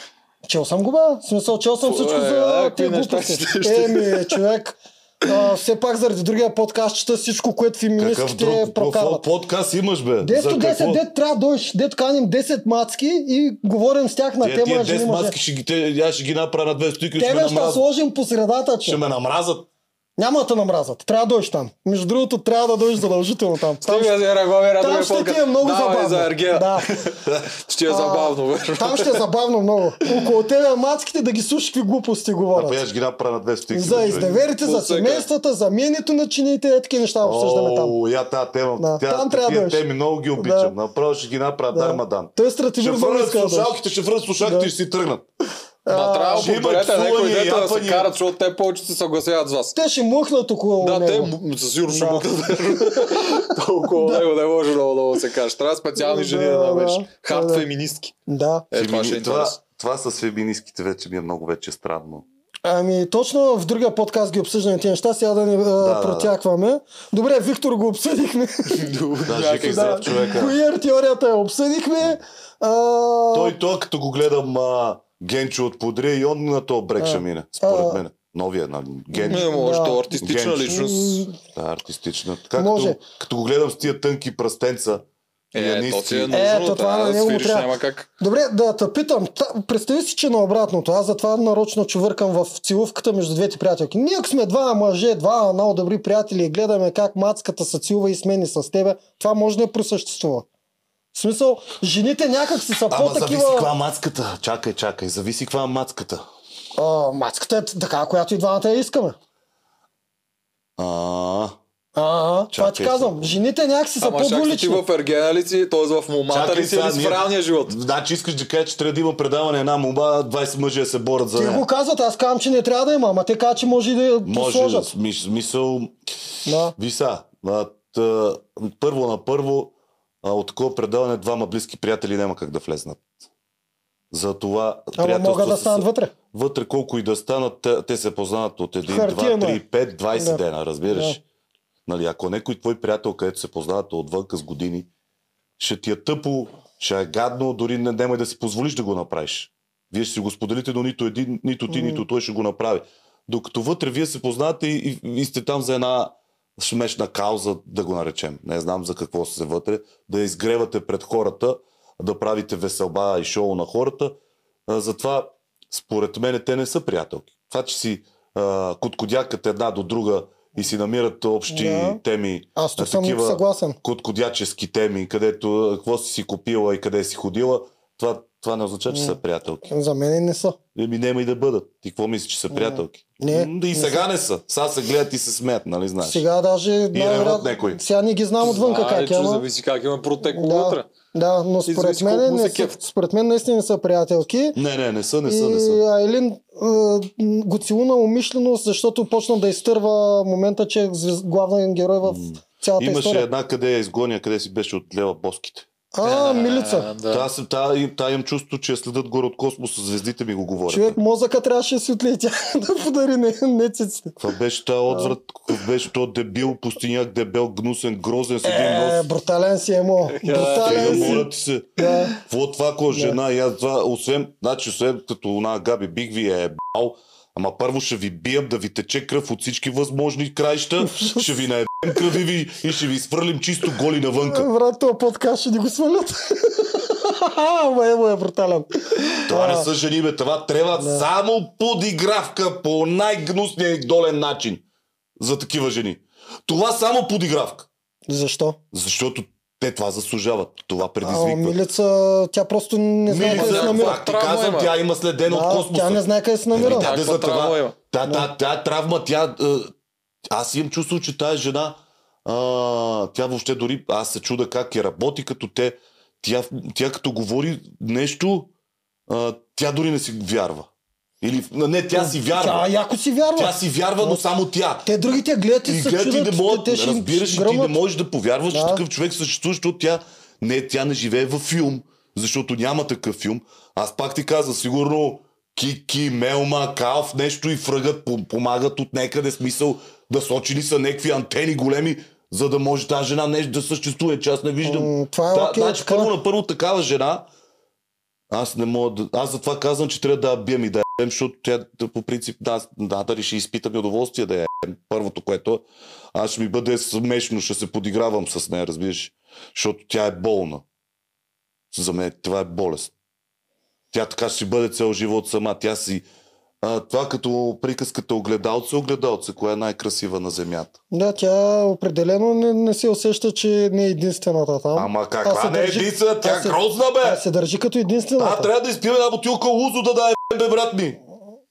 Чел съм го, бе. В смисъл, чел съм Кое, всичко а, за какви тези Е, неща глупости. ще- ще- Еми, човек, а, все пак заради другия подкаст чета всичко, което Какъв друг феминистките какво прокарват. подкаст имаш, бе? е Дето За 10, какво? дето трябва да дойдеш, дето каним 10 мацки и говорим с тях на Тия, тема тия жени 10 мъже. маски ще ги, те, аз ще ги направя на две стотики и ще ме Тебе ще намразят. сложим по средата, че. Ще ме намразат. Няма да те намразят. Трябва да дойдеш там. Между другото, трябва да дойдеш задължително там. Там, Стига за Рагомера, там ще ти е много забавно. за Аргена. Да. Ще е забавно, верно. Там ще е забавно много. Около тебе мацките да ги слушаш какви глупости говорят. Абе, аз ще ги направя на две стотики. За бе, човек. изневерите, за Подсека. семействата, за менето на чините, е такива неща обсъждаме там. О, я тази тема. Да, Тя, там трябва да тия дойдеш. теми много ги обичам. Да. Направо ще ги направя Да. Дармадан. Той е стратегир Ще да не върнат иска да дойде. слушалките, ще върнат слушалките и ще си тръгнат. Ма трябва ще да има подберете псувания, някой дете да се япания. карат, защото те повече се съгласяват с вас. Те ще мухнат около Да, те него. м- със сигурност ще Да. могат да Толкова него не може много много да се каже. Трябва специални жени да Да, намериш. да. Хард Да, да. феминистки. Да. Е, това Фемини- ще е това, интересно. това с феминистките вече ми е много вече странно. Ами, точно в другия подкаст ги обсъждаме тези неща, сега да не а, да. протякваме. Добре, Виктор го обсъдихме. Да, жив и здрав човека. Queer теорията я обсъдихме. А, Той, той като го гледам а, Генчо от Подрия и он на този брек ще мине, А. според мен. Новия, на Не Генчо. може, Да. то артистична Генчо. личност. Да, артистична. Така, Може. Като, като го гледам с тия тънки пръстенца. Е, то пианисти. ти е Е, то нужно, това трябва на да него свириш, трябва. няма как. Добре, да те питам. Та- Представи си, че на обратното. Аз затова нарочно чувъркам в целувката между двете приятелки. Ние ако сме два мъже, два много добри приятели и гледаме как мацката се целува и смени с тебе, това може да не просъществува. В смисъл, жените някак си са Ама зависи каква по-такива... мацката. Чакай, чакай. Зависи каква е мацката. А, мацката е така, която и двамата я искаме. А, А, това ти Чакай казвам. Жените някакси са Ама чак си ти по-двулични. в Ергена ли си, т.е. в момата чакай ли си или сега, си ние- в реалния живот? Значи искаш да кажеш, че трябва да има предаване една моба, 20 мъже да се борят за Те го нея. казват, аз казвам, че не трябва да има, ама те казват, че може и да я Може, сложат. смис- смисъл, Да. Виса, а, тъ, първо на първо, а, от такова предаване двама близки приятели няма как да влезнат. За това Ама могат да станат вътре. вътре. вътре колко и да станат, те, те се познават от 1, 2, Хартиено 3, 5, 20 е. Да. дена, разбираш? Да. Нали, ако някой твой приятел, където се познавате отвън с години, ще ти е тъпо, ще е гадно, дори не няма и да си позволиш да го направиш. Вие ще си го споделите, но нито един, нито ти, М. нито той ще го направи. Докато вътре вие се познавате и, и, и сте там за една смешна кауза, да го наречем. Не знам за какво сте вътре. Да изгревате пред хората, да правите веселба и шоу на хората. А, затова, според мен, те не са приятелки. Това, че си а, куткодякат една до друга и си намират общи Да. теми, Аз тук А съм такива- съгласен. куткодячески теми, където а, какво си си купила и къде си ходила, това, това не означава, че М. са приятелки. За мен не са. Еми, няма и да бъдат. Ти какво мислиш, че са М. приятелки? Не, М, да и не сега не са. Сега се гледат и се смеят, нали знаеш? Сега даже... най-вероятно- реват някои. Сега не ги знам отвън как е, Ама... ама... Зависи как има протекло Да. вътре. Да, но според зависи колко мен, му не се са, кеф. според мен наистина не са приятелки. Не, не, не са, е? не и са, не са. Айлин а, го целуна умишлено, защото почна да изтърва момента, че е звез- главен герой в М. цялата Имаше история. една къде я изгоня, къде си беше от лева боските. А, А, милица. Е, Да. Да. Та, аз- та, им- та имам чувство, че я следят горе от космоса, звездите ми го говорят. Човек мозъка трябваше да си отлети да подари не, не циците. Това беше тази отврат, какъв беше то дебил, пустиняк, дебел, гнусен, грозен с един Е, нос. брутален си емо. Брутален Тега, си. Е, моля ти се. Да. Какво е това, ако жена? И аз това, освен, значи, освен като на Габи, бих ви е бал, ама първо ще ви бием да ви тече кръв от всички възможни краища, ще ви наебем кръви ви и ще ви свърлим чисто голи навънка. Брат, това подкаст ще ни го свалят. Ама емо е брутален. Това А. не са жени, бе, това трябва Да. само подигравка по най-гнусния и долен начин за такива жени. Това само подигравка. Защо? Защото те това заслужават, това А, предизвикват. милица, тя просто Ами, не знае къде Милица, се за намира. факт. пак ти Травма казвам, има. тя има след ден от Да, космоса. Ами, тя не знае къде се намира. Еми, да, де Каква за травма има? това. Та, та, тя травма, тя, е, аз имам чувство, че тая жена, а, тя въобще дори, аз се чуда как я работи, като те, тя, тя като говори нещо, а, тя дори не си вярва. Или, не, тя си Тя вярва. яко си вярва. Тя си вярва, но само тя. Те другите гледат и, И се гледа, ти чудят. не мога, те ще им разбираш, и ти не гръмнат. можеш да повярваш, че Да. такъв човек съществува, защото тя не, тя не живее във филм, защото няма такъв филм. Аз пак ти казвам, сигурно Кики, Мелма, Калф, нещо и фръгът пом- помагат от някъде смисъл да сочили са някакви антени големи, за да може тази жена нещо да съществува, че аз не виждам. М, Това е Та, окей. значи, така. първо на първо такава жена, аз не мога да... Аз затова казвам, че трябва да я бием и да я ебем, защото тя да, по принцип да, да, да реши изпитам и удоволствие да я ебем. Първото, което е, аз ще ми бъде смешно, ще се подигравам с нея, разбираш? Защото тя е болна. За мен това е болест. Тя така ще си бъде цял живот сама. Тя си... А, това като приказката огледалце, огледалце, коя е най-красива на земята. Да, тя определено не, не се усеща, че не е единствената там. Ама аз се каква не е държи- едица, тя аз се- грозна Тя бе! се държи като единствената. А, трябва да изпием една бутилка лузо да да е бе, брат ми.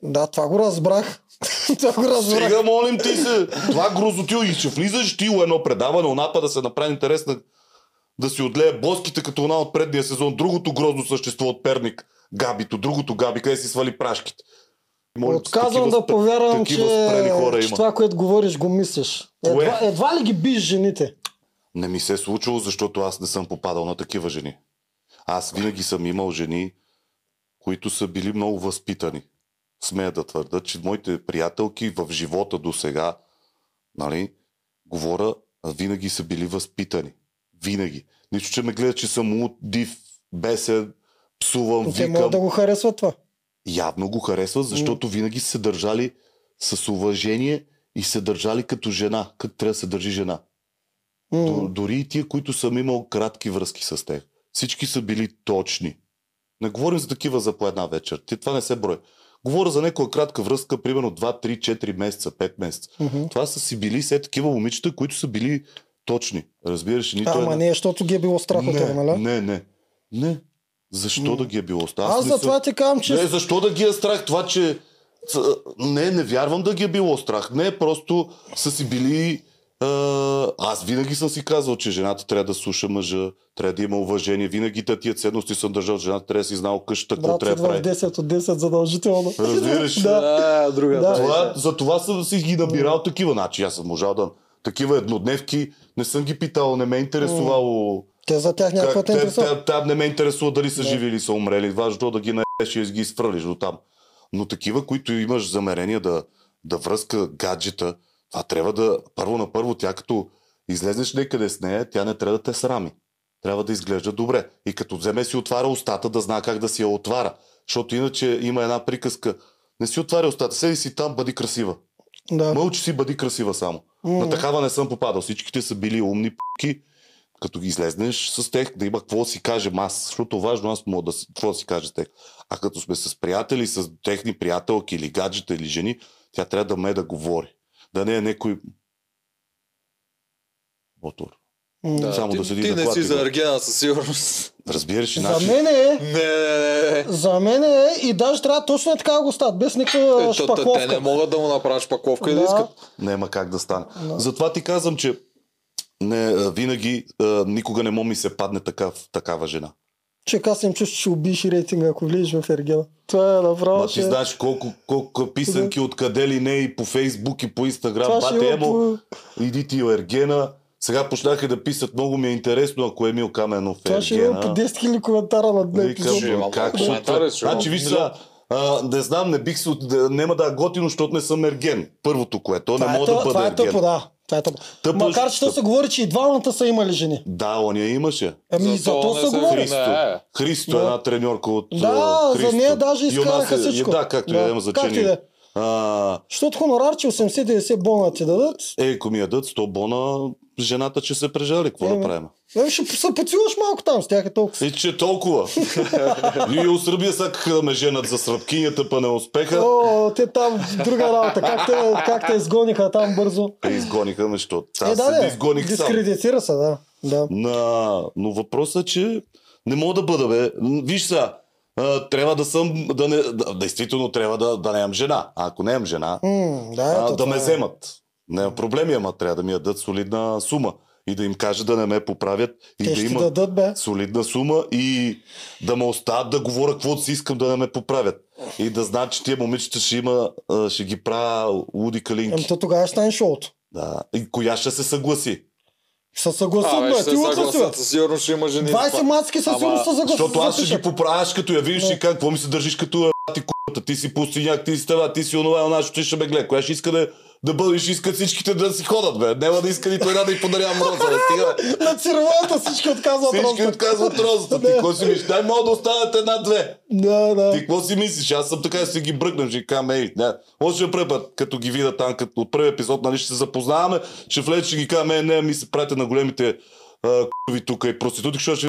Да, това го разбрах. това го разбрах. Сега молим ти се. Това грозотил и ще влизаш ти у едно предаване, онапа да се направи интересна да си отлее боските като една от предния сезон. Другото грозно същество от Перник. Габито, другото Габи, къде си свали прашките. Молим те, Отказвам такива да повярвам, че, такива спрени хора че има. това, което говориш, го мислиш. Кое? Едва, едва ли ги биш жените? Не ми се е случило, защото аз не съм попадал на такива жени. Аз винаги съм имал жени, които са били много възпитани. Смея да твърда, че моите приятелки в живота до сега, нали, говоря, а винаги са били възпитани. Винаги. Нищо, че ме гледат, че съм луд, див, бесен, псувам, Те могат викам. да го харесват това. Явно го харесват, защото винаги са се държали с уважение и се държали като жена. Как трябва да се държи жена? М, Д- дори и тия, които съм имал кратки връзки с тях. Всички са били точни. Не говорим за такива за по една вечер. Ти това не се брой. Говоря за някоя кратка връзка, примерно 2, 3, 4 месеца, 5 месеца. мгм. Това са си били все такива момичета, които са били точни. Разбираш, ли? нито Ама една- не, защото ги е било страх от не, това, нали? не, не, не. Защо да ги е било страх? Аз не съм- за това ти казвам, че... не, защо да ги е страх? Това, че... ц- Не, не вярвам да ги е било страх. Не, просто са си били... а, Аз винаги съм си казвал, че жената трябва да слуша мъжа, трябва да има уважение. Винаги та тия ценности съм държал. Жената трябва да си знал къщата, какво Брат, трябва да идва в прави. 10 от 10 задължително. Разбираш? да. А, друга. Да. Това, за това съм си ги набирал такива. Значи аз съм можал да... Такива еднодневки не съм ги питал, не ме е интересувало Те за тях някаква Как, те те, интересува. те, там не ме интересува дали са Да. живи или са умрели. Важно е да ги наеш и да ги изфърлиш до там. Но такива, които имаш замерение да, да връзка гаджета, това трябва да... Първо на първо, тя като излезеш някъде с нея, тя не трябва да те срами. Трябва да изглежда добре. И като вземе си отваря устата, да знае как да си я отваря. Защото иначе има една приказка. Не си отваря устата, седи си там, бъди красива. Да. Мълчи си, бъди красива само. М. На такава не съм попадал. Всичките са били умни пи***ки. Като ги излезнеш с тях, да има какво да си каже аз, защото важно аз мога да с- какво да си кажа с тях. А като сме с приятели, с техни приятелки или гаджета или жени, тя трябва да ме да говори. Да не е някой мотор. М. Да, е Само ти, да седи ти на не клад си и за да- аргена със сигурност. Разбираш ли? За Значи, мен е, Не, не, не, не. за мен е и даже трябва точно така да го стат, без Е, никаква та- та- Те не шпакловка. могат да му направят шпаковка и да Да. искат. Няма как да стане. Да. Затова ти казвам, че не, а, винаги, а, никога не мога ми се падне така, такава жена. Че аз им чуш, че ще убиеш рейтинга, ако влизаш в Ергена. Това е направо. Ма ще- ти знаеш колко, колко е писанки откъде ли не и по Фейсбук и по Инстаграм. това ще Бате, има емо, е, по- иди ти Ергена. Сега почнаха да писат, много ми е интересно, ако Емил Каменов е Това ще има по Ергена. 10 000 коментара на ден. Викам, Ще има как много ще... коментари, това- ще е има. Значи, виж сега, а, не знам, не бих се... от- да- Няма да е готино, защото не съм Ерген. Първото, което не Това е мога да тъп- Това бъда е тъпо, Ерген. да. Това е тъпо. Тъпо, Макар, че то тъпо. се говори, че и двамата са имали жени. Да, он я имаше. Ами и за Зато то не се се говори. вижда. Христо. е. Христо, Да. една треньорка от а, Да, за Христо. нея даже И изкараха онази- всичко. е, Да, както и да Да. има Както и да е. значение. А, Защото хонорар, че 80-90 бона ти дадат, Е, ако ми ядат 100 бона, жената ще се прежали. Какво да Еми. правим? е, ще се поцелуваш малко там с тях е толкова. И че толкова. Ние от Сърбия сакаха да ме женат за сръбкинята, па не успеха. О, те там друга работа. Как те, как те изгониха там бързо? Е, изгониха ме, защото е, аз да, се да, изгоних сам. дискредитира се, да. да. На... Но въпросът е, че не мога да бъда, бе. М, Виж сега, а, трябва да съм, да не, да, действително трябва да, да нямам жена. А ако нямам жена, М, да, а, Е, ето да това ме е. вземат. Няма проблеми, ама трябва да ми ядат солидна сума и да им кажа да не ме поправят и Те да ще ти има... дадат, бе. солидна сума и да ме оставят да говоря каквото си искам да не ме поправят. И да знаят, че тия момичета ще има, а, ще ги правя луди Ами калинки. то тогава ще стане шоуто. Да. И коя ще се съгласи? Ще съгласат, Абе, бе. ще е, Ти се лъжа си, бе. съгласят, със сигурност ще има жени. 20 мацки със Ама, сигурност са съгласат. Защото аз ще запишат. ги поправяш, като я видиш и как, какво ми се държиш като е, ти курата, ти си пустиняк, ти си това, ти си онова, онова, ще ще ме гледа. Коя ще иска да, да бъдеш, искат всичките да си ходят, бе. Няма да иска нито една да й подарявам роза, бе. Стига, бе. На цирвата всички отказват Всички розата. отказват розата. Ти Да. какво си мислиш? Дай мога да оставят една-две. Да, Ти да. какво си мислиш? Аз съм така, ще ги бръкнем, ще ги кажем, ей, не. Може ще препът, като ги видя там, като от първия епизод, нали, ще се запознаваме, ще влезе, ще ги кажем, е, не, ми се пратя на големите а, к***ви тук и проститутки, защото ще ви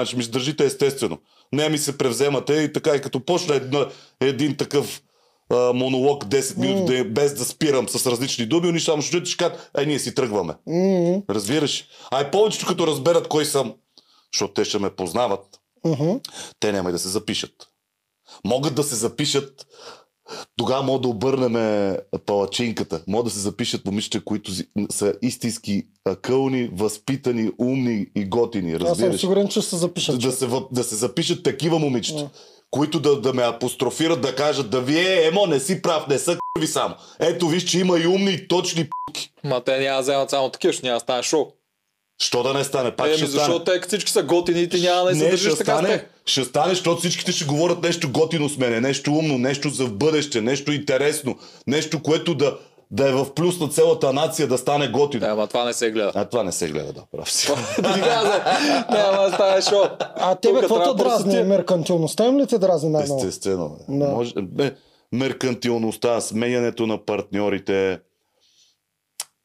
значи, ми се държите естествено. Не ми се превземате и така, и като почна едно, един такъв а, монолог 10 минути, да е- без да спирам с различни думи, они само ще чуят и ще кажат, е, ние си тръгваме. М, Разбираш? Ай, повечето като разберат кой съм, защото те ще ме познават, мгм. те няма и да се запишат. Могат да се запишат, тогава мога да обърнем палачинката. Мога да се запишат момичета, които си- са истински акълни, възпитани, умни и готини. Аз съм Разбираш? сигурен, че ще се запишат. Да се, въп- да се запишат такива момичета, Да. които да, да ме апострофират, да кажат да вие, емо, не си прав, не са ви само. Ето виж, че има и умни, и точни пи***. Ма те няма да вземат само такива, ще няма да стане шоу. Що да не стане? Пак ще Еми, стане. защото те като всички са готини и ти няма да се не, държиш ще така с стане, тях. ще стане, защото всичките ще говорят нещо готино с мене, нещо умно, нещо за в бъдеще, нещо интересно, нещо, което да, да е в плюс на цялата нация, да стане готино. Да, ама това не се гледа. А това не се гледа, да, прав си. Да ти каза, няма да стане шоу. А тебе Тука е какво трябва те дразни? простотия. Меркантилността им ли те дразни най-много? Естествено. бе. Да. Може, бе, меркантилността, сменянето на партньорите,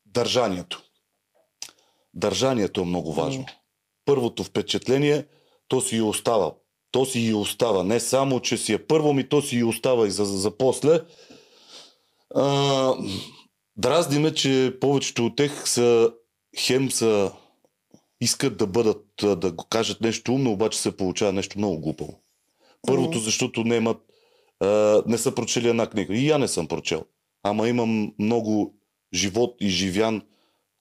държанието. Държанието е много важно. Първото впечатление, то си и остава. То си и остава. Не само, че си е първо, ми то си и остава и за, за, за после. А, дразни ме, че повечето от тях са хем са искат да бъдат, а, да го кажат нещо умно, обаче се получава нещо много глупаво. Първото, защото не имат, а, не са прочели една книга. И я не съм прочел. Ама имам много живот и живян,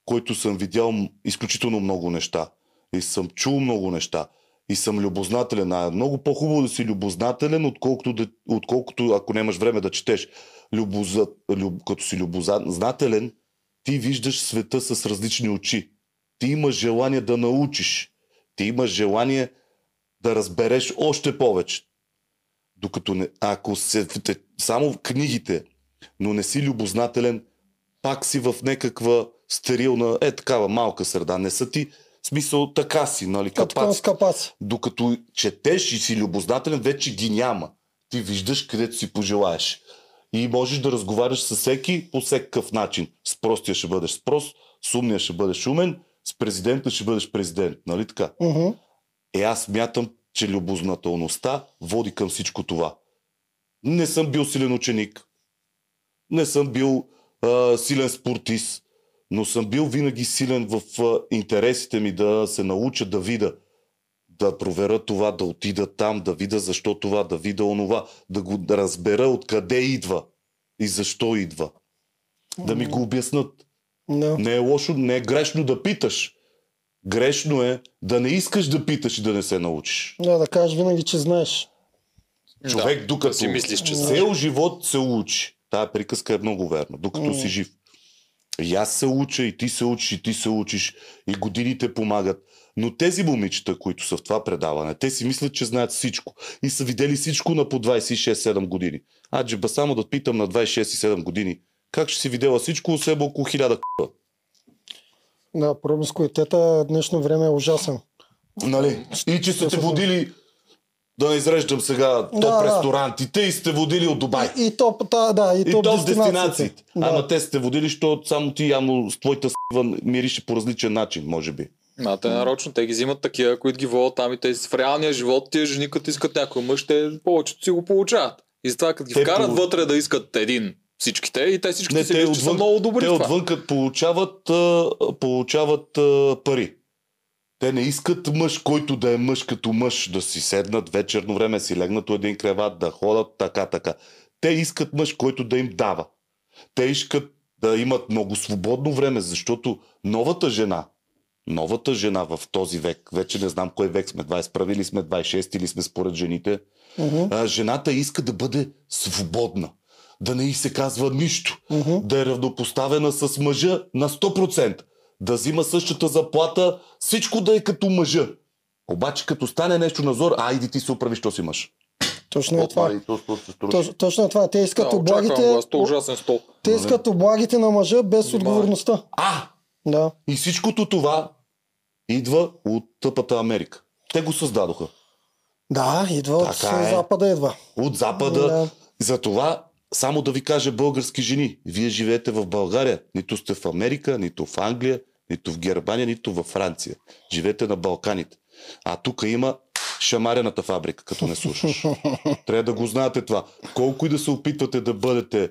който съм видял м- изключително много неща. И съм чул много неща. И съм любознателен. А е много по-хубаво да си любознателен, отколкото, да, отколкото ако нямаш време да четеш. Любоза, люб, като си любознателен, ти виждаш света с различни очи. Ти имаш желание да научиш. ти имаш желание да разбереш още повече. Докато не, ако се, те, само в книгите, но не си любознателен, пак си в някаква стерилна, е такава малка среда. Не са ти, в смисъл така си, нали, Като към капаци. с капаци. Докато четеш и си любознателен, вече ги няма. Ти виждаш където си пожелаеш. И можеш да разговаряш с всеки по всекакъв начин. С простия ще бъдеш спрос, с умния ще бъдеш умен, с президента ще бъдеш президент. Нали така? Мгм. Е, аз мятам, че любознателността води към всичко това. Не съм бил силен ученик. Не съм бил а, силен спортист. Но съм бил винаги силен в а, интересите ми да се науча да видя. Да проверя това, да отида там, да видя защо това, да видя онова, да го да разбера откъде идва и защо идва. Да ми го обяснат. Да. Не е лошо, не е грешно да питаш. Грешно е да не искаш да питаш и да не се научиш. Да, да кажеш винаги, че знаеш. Човек, да, докато да си мислиш, че знаеш. цел живот се учи. Тая приказка е много верна. Докато М. си жив. И аз се уча, и ти се учиш, и ти се учиш, и годините помагат. Но тези момичета, които са в това предаване, те си мислят, че знаят всичко. И са видели всичко на по 26-7 години. А, джеба, само да питам на 26-7 години, как ще си видела всичко, освен около 1000 к***а? Да, проблем с коитета днешно време е ужасен. Нали? И че сте те водили, да не изреждам сега топ да. ресторантите, и сте водили от Дубай. И, и топ, та, да, и, И топ, топ дестинациите. Да. Ама те сте водили, защото само ти явно с твоята с**ва мирише по различен начин, може би. А, те нарочно, те ги взимат такива, които ги водят там и те с- в реалния живот тия жени, като искат някой мъж, те повечето си го получават. И затова, като ги Те вкарат полу- вътре да искат един всичките и те всички Не, си те мислят, че са отвън- много добри Те в това. отвън като получават, а, получават а, пари. Те не искат мъж, който да е мъж като мъж, да си седнат вечерно време, си легнат у един креват, да ходят така, така. Те искат мъж, който да им дава. Те искат да имат много свободно време, защото новата жена, новата жена в този век, вече не знам кой век сме, 21 ли сме, 26 или сме според жените, Мгм. а, жената иска да бъде свободна, да не й се казва нищо, Мгм. да е равнопоставена с мъжа на 100%, да взима същата заплата, всичко да е като мъжа. Обаче като стане нещо на зор, айди ти се оправиш, що си мъж. Точно е това. Отвали, то- то се струва. Точно, точно е това. Те искат Да, очаквам облагите, го, аз то е ужасен стол. те нали? искат облагите на мъжа без Внимавай. отговорността. А! Да. И всичкото това идва от тъпата Америка. Те го създадоха. Да, идва от Така е. Запада, идва. От Запада. Да. Затова само да ви кажа български жени, вие живеете в България, нито сте в Америка, нито в Англия, нито в Германия, нито във Франция. Живеете на Балканите. А тук има шамарената фабрика, като не слушаш. Трябва да го знаете това. Колко и да се опитвате да бъдете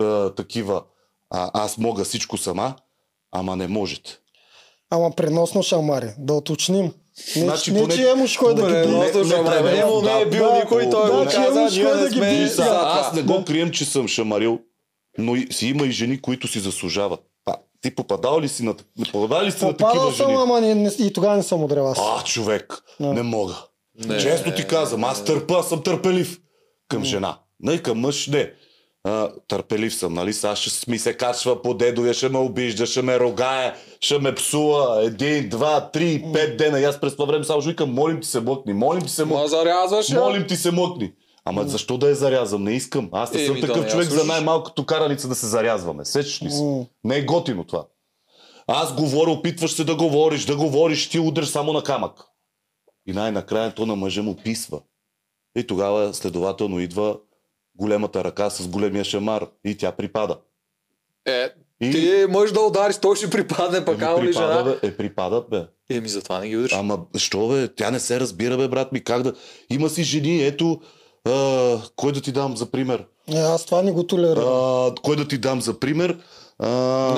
а, такива, а, аз мога всичко сама, ама не можете. Ама преносно шамари, да уточним. Не, Значи не поне- че е мъж кой да ги Поне- бие. не, не, не, не е да, бил да, никой, той да, го че каза, имаш ние кой да не ги сме биеш, за Да, това. аз не го крием, че съм шамарил, но и- си има и жени, които си заслужават. А, ти попадал ли си на, не попадал ли си на Попадал такива съм, жени? ама не, не, и тогава не съм удрял аз. А, човек, Да. не мога. Не. Честно ти казвам, аз търпа, аз съм търпелив към жена. Не, към мъж не. А, търпелив съм, нали? Сега ще ми се качва по дедове, ще ме обижда, ще ме рогае, ще ме псува. Един, два, три, пет дена. И аз през това време само жуйкам, молим ти се, мъкни, молим ти се, мъкни. Ма зарязваш я. Молим ти се, мъкни. Ама защо да я зарязвам? Не искам. Аз не Еми, съм Е, да, такъв не, човек аз за слушаш. най-малкото караница да се зарязваме. Сечеш ли М. си? Не е готино това. Аз говоря, опитваш се да говориш, да говориш, ти удръж само на камък. И най-накрая то на мъжа му писва. И тогава следователно идва големата ръка с големия шамар и тя припада. Е, И ти мъж да удариш, той ще припадне, пък Еми, ама ли припада, жена? бе, е, припадат, бе. Еми, затова не ги удриш. Ама, що бе? Тя не се разбира, бе, брат ми. Как да... Има си жени, ето... А, кой да ти дам за пример? Не, Е, аз това не го толерирам. А, кой да ти дам за пример? А,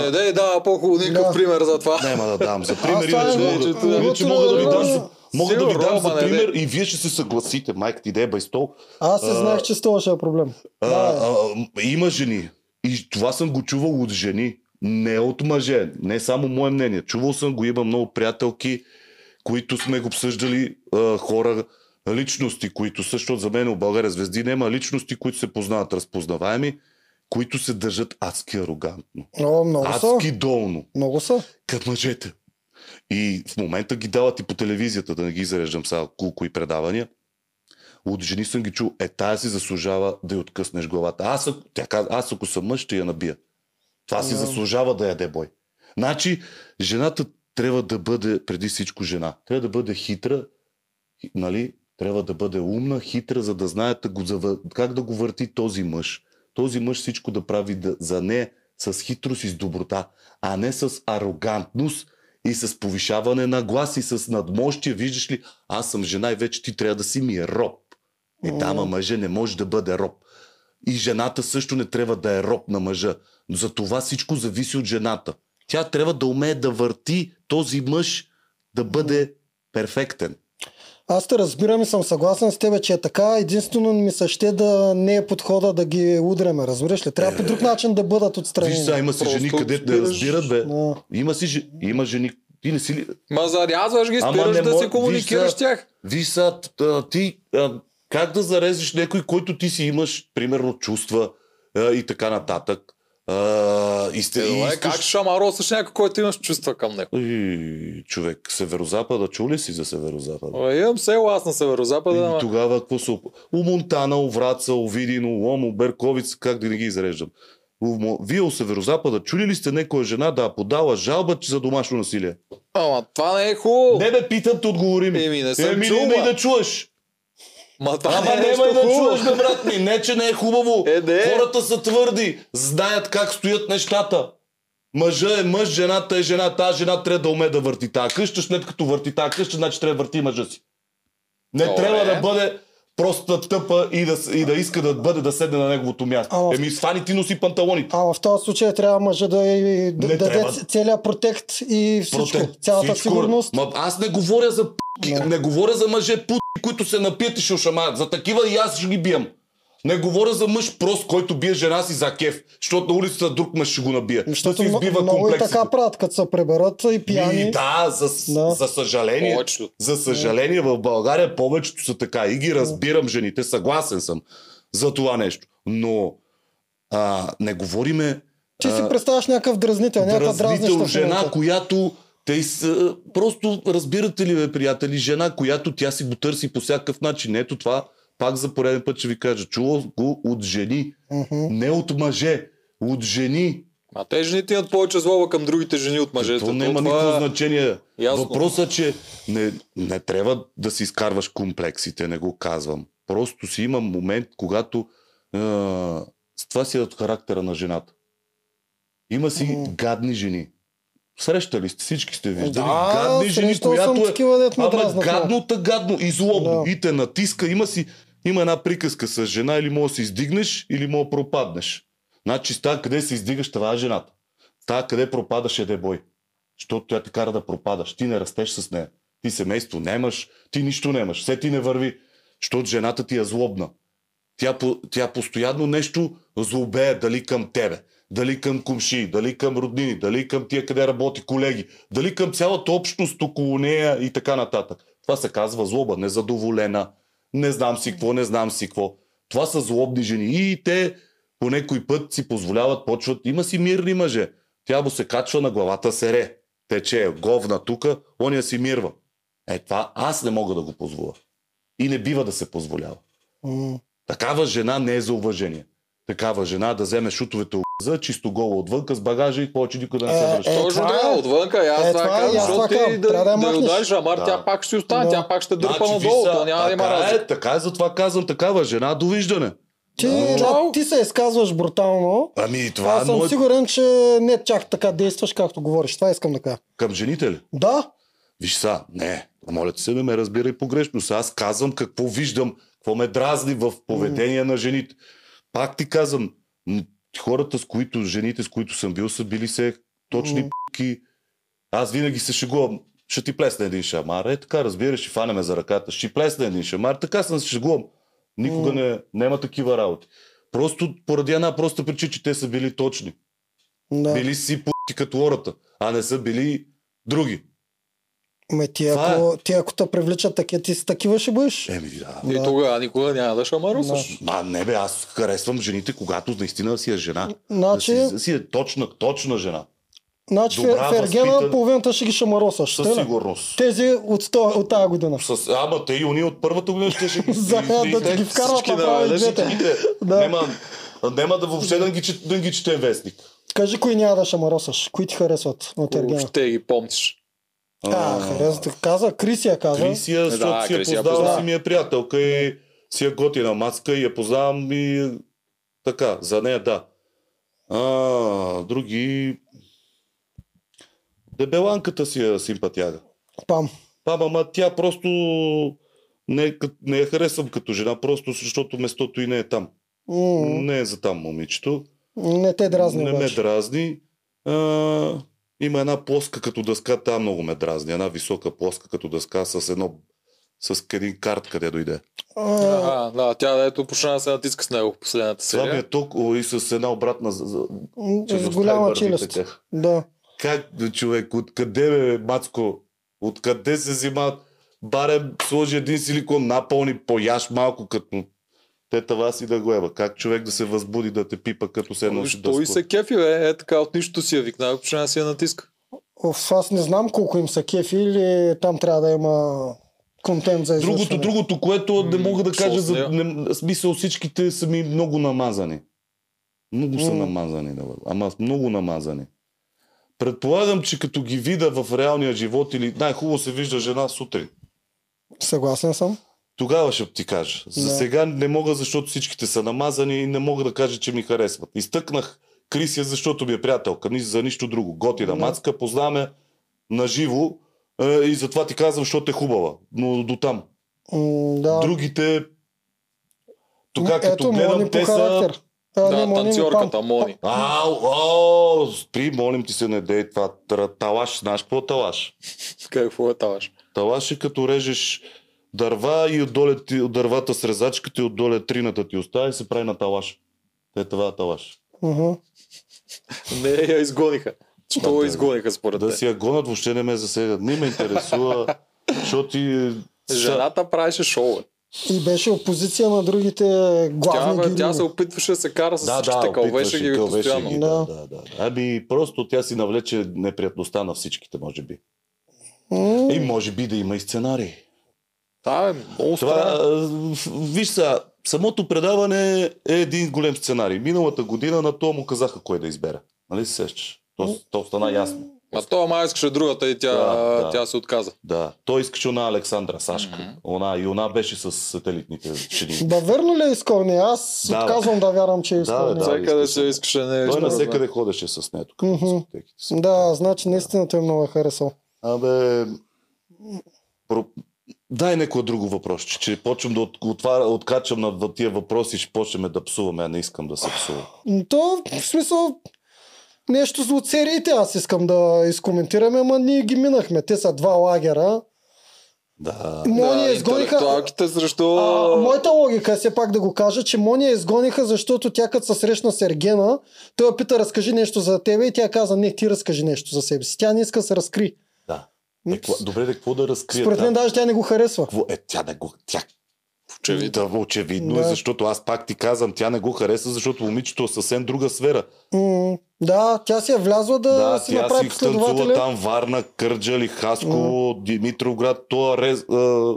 Не, дай да, по-хубаво никакъв Да. пример пример за това. няма да дам за пример, Аз това иначе не- мога, че това- да, иначе мога да ви дам за, мога да ви Сигурно, дам за ама не, пример и вие ще се съгласите. Майка ти идея байстол. Аз се а- знаех, че с това ще е проблем. А, Да, а, има жени. И това съм го чувал от жени. Не от мъже. Не само мое мнение. Чувал съм го. Има много приятелки, които сме го обсъждали а, хора, личности, които също за мен в България звезди няма личности, които се познават разпознаваеми, които се държат адски арогантно. е. О, много са. Адски долно. Много са. Като мъжете. И в момента ги дават и по телевизията, да не ги зареждам сега колко и предавания. От жени съм ги чул, е тая си заслужава да й откъснеш главата. Аз, ако- тя каза, аз ако съм мъж, ще я набия. Това си Да. заслужава да яде бой. Значи, жената трябва да бъде преди всичко жена. Трябва да бъде хитра, хи- нали? Трябва да бъде умна, хитра, за да знае да го зава- как да го върти този мъж. Този мъж всичко да прави да, за нея с хитрост и с доброта, а не с арогантност и с повишаване на глас и с надмощие. Виждаш ли, аз съм жена и вече ти трябва да си ми роб. Е, да, ама мъже не може да бъде роб. И жената също не трябва да е роб на мъжа. За това всичко зависи от жената. Тя трябва да умее да върти този мъж да бъде перфектен. Аз те разбирам и съм съгласен с тебе, че е така. Единствено ми се ще да не е подхода да ги удряме, разбираш ли? Трябва по друг начин да бъдат отстранени. Виж, сега има си Просто жени, където не спираш разбират, бе. Да. Има си жени, има жени, ти не си ли... Ма зарязваш ги, Ама спираш не да мож- си комуникираш виж с сега- тях. Виж сега, а, ти а, как да зарезеш някой, който ти си имаш, примерно, чувства а, и така нататък. А, и сте, и Е, искаш- как шамаро с някой, който имаш чувства към него? Ей, човек, Северозапада, чули си за Северозапада? Е, Имам село аз на северо-запада, И ама... тогава какво се... оп- У Монтана, у Враца, у Видин, у Лом, у Берковиц, как да не ги изреждам. У Мо- Вие у Северозапада чули ли сте някоя жена да е подала жалба че за домашно насилие? ама това не е хубаво. Не бе, питам, те отговори ми. Еми, не съм Еми, чул, няма и ма. да чуеш. Ма това Ама не е няма и нещо да чуеш, хубаво. бе, брат ми. Не, че не е хубаво. Е, да е. Хората са твърди. Знаят как стоят нещата. Мъжа е мъж, жената е жена. Та жена трябва да уме да върти тази къща. След като върти тази къща, значи трябва да върти мъжа си. Не Добре. трябва да бъде просто тъпа и да, с- и да иска да бъде да седне на неговото място. Ама- Еми, стани ти носи панталоните. А в този случай трябва мъжа да, и- да Не даде трябва. целият протект и всичко. Протест. Цялата Всичко. сигурност. Ма, аз не говоря за пи, Да. не говоря за мъже пути, които се напият и ще ошамарят. За такива и аз ще ги биям. Не говоря за мъж прост, който бие жена си за кеф, защото на улицата друг мъж ще го набие. Защото да си м- избива много и комплексите. така правят, като се преберат и пияни. И да, за, Да. да, за съжаление. Повечето. За съжаление, в България повечето са така. И ги разбирам, жените, съгласен съм за това нещо. Но а, не говориме Ти си а, представяш някакъв дразнител, някаква дразнител дразнища жена, която те с, просто разбирате ли, бе, приятели, жена, която тя си го търси по всякакъв начин. Ето това, пак за пореден път ще ви кажа, чувал го от жени, не от мъже, от жени. А те жените имат повече злоба към другите жени от мъжете. То няма това никакво е- значение. Ясно. Въпросът е, че не, не трябва да си изкарваш комплексите, не го казвам. Просто си има момент, когато а, с това си е от характера на жената. Има си Мгм. гадни жени. Срещали сте, всички сте виждали. Да, гадни жени, срещал съм която е такива, дето ме Ама дразнат, да. гадно-та гадно и злобно. Да. И те натиска. Има, си, има една приказка с жена. Или мога да се издигнеш, или мога да пропаднеш. Значи с тази къде се издигаш, това е жената. Та къде пропадаш е дебой. Защото тя те кара да пропадаш. Ти не растеш с нея. Ти семейство нямаш, ти нищо нямаш. Все ти не върви. Защото жената ти е злобна. Тя, по- тя постоянно нещо злобее, дали към тебе, дали към кумши, дали към роднини, дали към тия къде работи колеги, дали към цялата общност около нея и така нататък. Това се казва злоба, незадоволена, не знам си какво, не знам си какво. Това са злобни жени и те по някой път си позволяват, почват, има си мирни мъже. Тя му се качва на главата сере, тече говна тука, оня си мирва. Е това аз не мога да го позволя. И не бива да се позволява. М, Такава жена не е за уважение. Такава жена да вземе шутовете от за чисто гола отвънка с багажа и повече никой да не се Е, връща. Значи, е. Точно това така, отвънка. и Аз е, това това е, казвам, и аз защото това ти казвам. да, Трябва да я да я махнеш. удариш, ама Да. тя пак ще остане, Да. тя пак ще дърпа Значи, надолу, ви са- то няма да има така разлика. е, така е, затова казвам, такава жена, довиждане. Ти, Да. да, ти се изказваш брутално. Ами това Аз е съм моят... сигурен, че не чак така действаш, както говориш. Това искам да кажа. Към жените ли? Да, Виж са, не, моля ти се да ме разбирай погрешно. Сега аз казвам какво виждам, какво ме дразни в поведение на жените. Пак ти казвам, м, хората с които, жените с които съм бил, са били се точни Мгм. пи***ки. Аз винаги се шегувам. Ще ти плесна един шамар. Е, така, разбираш, ще фанеме за ръката. Ще ти плесна един шамар. Така съм се шегувам. Никога Мгм. не, няма такива работи. Просто поради една проста причина, че те са били точни. да. Били си пути като ората, а не са били други. Ме, ти, Това е. ако, ти ако те привличат такива, ти си такива ще бъдеш. Еми, да. И Да. тогава никога няма да шамарусаш. Ма не бе, аз харесвам жените, когато наистина си е жена. Значи, Да си, си е точна, точна жена. Значи Добра, Добра, Фергена възпитан- половината ще ги шамаросаш. нали? Със сигурност. Тези от, то, от тази година. С, ама те и уни от първата година ще ще ги... За и- и- да и- ти ги вкарват всички направо и наведнъж и двете. Да. да. Нема, нема да въобще да ги, чет- да ги чете вестник. Кажи кои няма да шамаросаш. Кои ти харесват от Ергена? Въобще ги помниш. А, харесват. Каза, Крисия каза. Крисия, защото Е, Да, си я Крисия познавам, познавам. си ми е приятелка и си я готина маска и я познавам и така, за нея да. А, други... Дебеланката си е симпатяга. Пам. Баба, ма тя просто не, е кът- не я харесвам като жена, просто защото местото и не е там. М, Не е за там момичето. Не те дразни не ме обаче. дразни. А, има една плоска като дъска, там много ме дразни. Една висока плоска като дъска с едно с един карт, къде дойде. А, Ага, да, тя ето почна да се натиска с него в последната Това ми е серия. толкова и с една обратна... за- за- м, че Е, С застави голяма вървите челюст. тях. Да. Как, бе, човек, откъде бе, Мацко? Откъде се взимат? Баре сложи един силикон, напълни пояш малко като те тава си да го еба. Как човек да се възбуди да те пипа като се нощи да Ами, Той се кефи, бе. Е така, от нищото си я викна, и почна да си я натиска. Оф, аз не знам колко им са кефи или там трябва да има контент за излъчване. Другото, другото, което не мога да М, кажа, шо за, с не, смисъл всичките са ми много намазани. Много са М. намазани, да, бе. ама много намазани. Предполагам, че като ги видя в реалния живот или най-хубаво се вижда жена сутрин. Съгласен съм. Тогава ще ти кажа. За Да. сега не мога, защото всичките са намазани и не мога да кажа, че ми харесват. Изтъкнах Крисия, защото ми е приятелка, ни за нищо друго. Готина Да. мацка, познаваме наживо е, и затова ти казвам, защото е хубава. Но до там. М, Да. Другите... Тук, като Ето, Мони гледам, по те са... характер. А, не, да, Мони ми танцорката, пам. Мони. Ау, ау, спри, молим ти се, не дей това. тра- Талаш, знаеш какво е талаш? Какво е таваш? Талаш е като режеш дърва и отдоле ти, от дървата с резачката и отдоле трината ти остава и се прави на талаш. Те това е талаш. Мгм. Не, я изгониха. Що я изгониха според Да те? си я гонят въобще не ме засегат. Не ме интересува, защото Е, ти... Жената правеше шоу. бе. И беше опозиция на другите Тя, главни бе, тя герои. се опитваше да се кара с Да, да, всичките, кълвеше опитваше, ги кълвеше постоянно. ги. Да, да, да. Ами просто тя си навлече неприятността на всичките, може би. М, И може би да има и сценарий. Да, бе, много Това, е- странно. а, виж сега, самото предаване е един голем сценарий. Миналата година на то му казаха кой да избере. Нали се сещаш? То, то стана ясно. А то май искаше другата и тя, Да, да. тя се отказа. Да, той искаше на Александра Сашка. Mm-hmm. Она, и она беше с сателитните жени. Да, верно ли е изкорни? Аз Да, бе. отказвам да вярвам, че е Да, изкорни. бе, да. Всекъде искаше. се искаше не той според мен. навсекъде ходеше с нея тук. Мгм. Mm-hmm. Си. Да, значи наистина той много е харесал. Абе, про... дай някое друго въпрос, че, че почвам да от, отваря, откачам на в- тия въпроси, ще почнем да псуваме, а не искам да се псувам. М, То, в смисъл, нещо за от сериите аз искам да изкоментираме, ама ние ги минахме. Те са два лагера. Да. Мони я Да, изгониха... интелектуалките срещу... А, моята логика, все пак да го кажа, че Мония изгониха, защото тя като се срещна с Ергена, той я пита разкажи нещо за тебе и тя каза не, ти разкажи нещо за себе си. Тя не иска да се разкри. да. Е, ква- добре, де, какво да разкрия? Според там? мен даже тя не го харесва. Какво е, тя не го... Тя... Очевидно. Да, очевидно е, Да. защото аз пак ти казвам, тя не го хареса, защото момичето е съвсем друга сфера. М, да, тя си е влязла да, Да, си тя си направи танцува последователя. там Варна, Кърджали, Хасково, Димитровград, то е рез, а,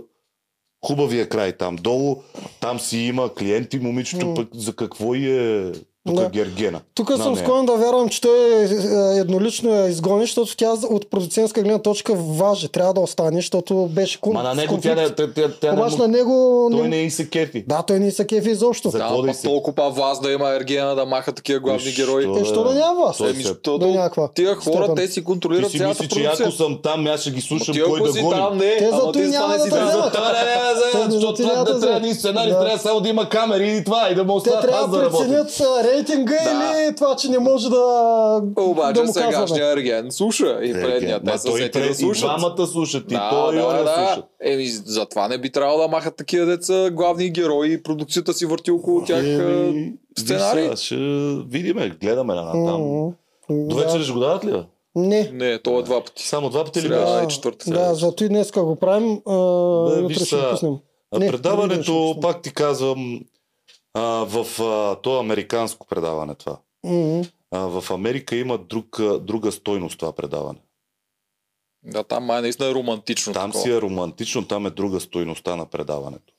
хубавия край там. Долу, там си има клиенти, момичето М. пък за какво и е тук Да. Гергена. Тук На съм нея. склонен да вярвам, че той е, е, еднолично я изгони, защото тя за- от продуцентска гледна точка важи. Трябва да остане, защото беше кон... Ма на в него тя, конфликт. не- е- тя, тя, тя не Обаче му- на него... той Не... не и се кефи. Да, той не се кефи изобщо. За- Да, Какво да да и се- толкова власт да има Ергена да маха такива главни Виж, герои. що- Е, що да няма? Той Еми, се- защото До някаква тия хора, степен. те си Ти контролират си цялата мисли, че ако продукция. съм там, аз ще ги слушам Ти кой ако да си гони. там, не, Те за ама той ти няма стане да си те Да, там. вземат. за това не, не, не, Те не защото ти няма това да не трябва вземат. ни сценарий, Да. трябва само да има камери и това, е и да му Те оставят трябва аз да да работя. преценят а, рейтинга Да. или това, че не може да, Е, Обаче да му казваме. сегашния Ерген слуша и предния. Те Е, Ма са той и сети пред- да и слушат. двамата слушат, и той и он слушат. Еми, затова не би трябвало да махат такива деца главни герои и продукцията си върти около тях. а, Еми, сценарий. виж сега, Ще видиме, гледаме на там. М, До вечер Да. ще го дават ли? бе? Не. Не, това е два пъти. Само два пъти ли Сряда. беше? и четвърта Да, седмица. зато и днес го правим. А, Да, утре виж ще го са, пуснем. А Не, други ще Предаването, пуснем. пак ти казвам, а, в а, то американско е предаване това. М, А, в Америка има друг, а, друга стойност това предаване. Да, там май наистина е романтично. Там такова. си е романтично, там е друга стойността на предаването.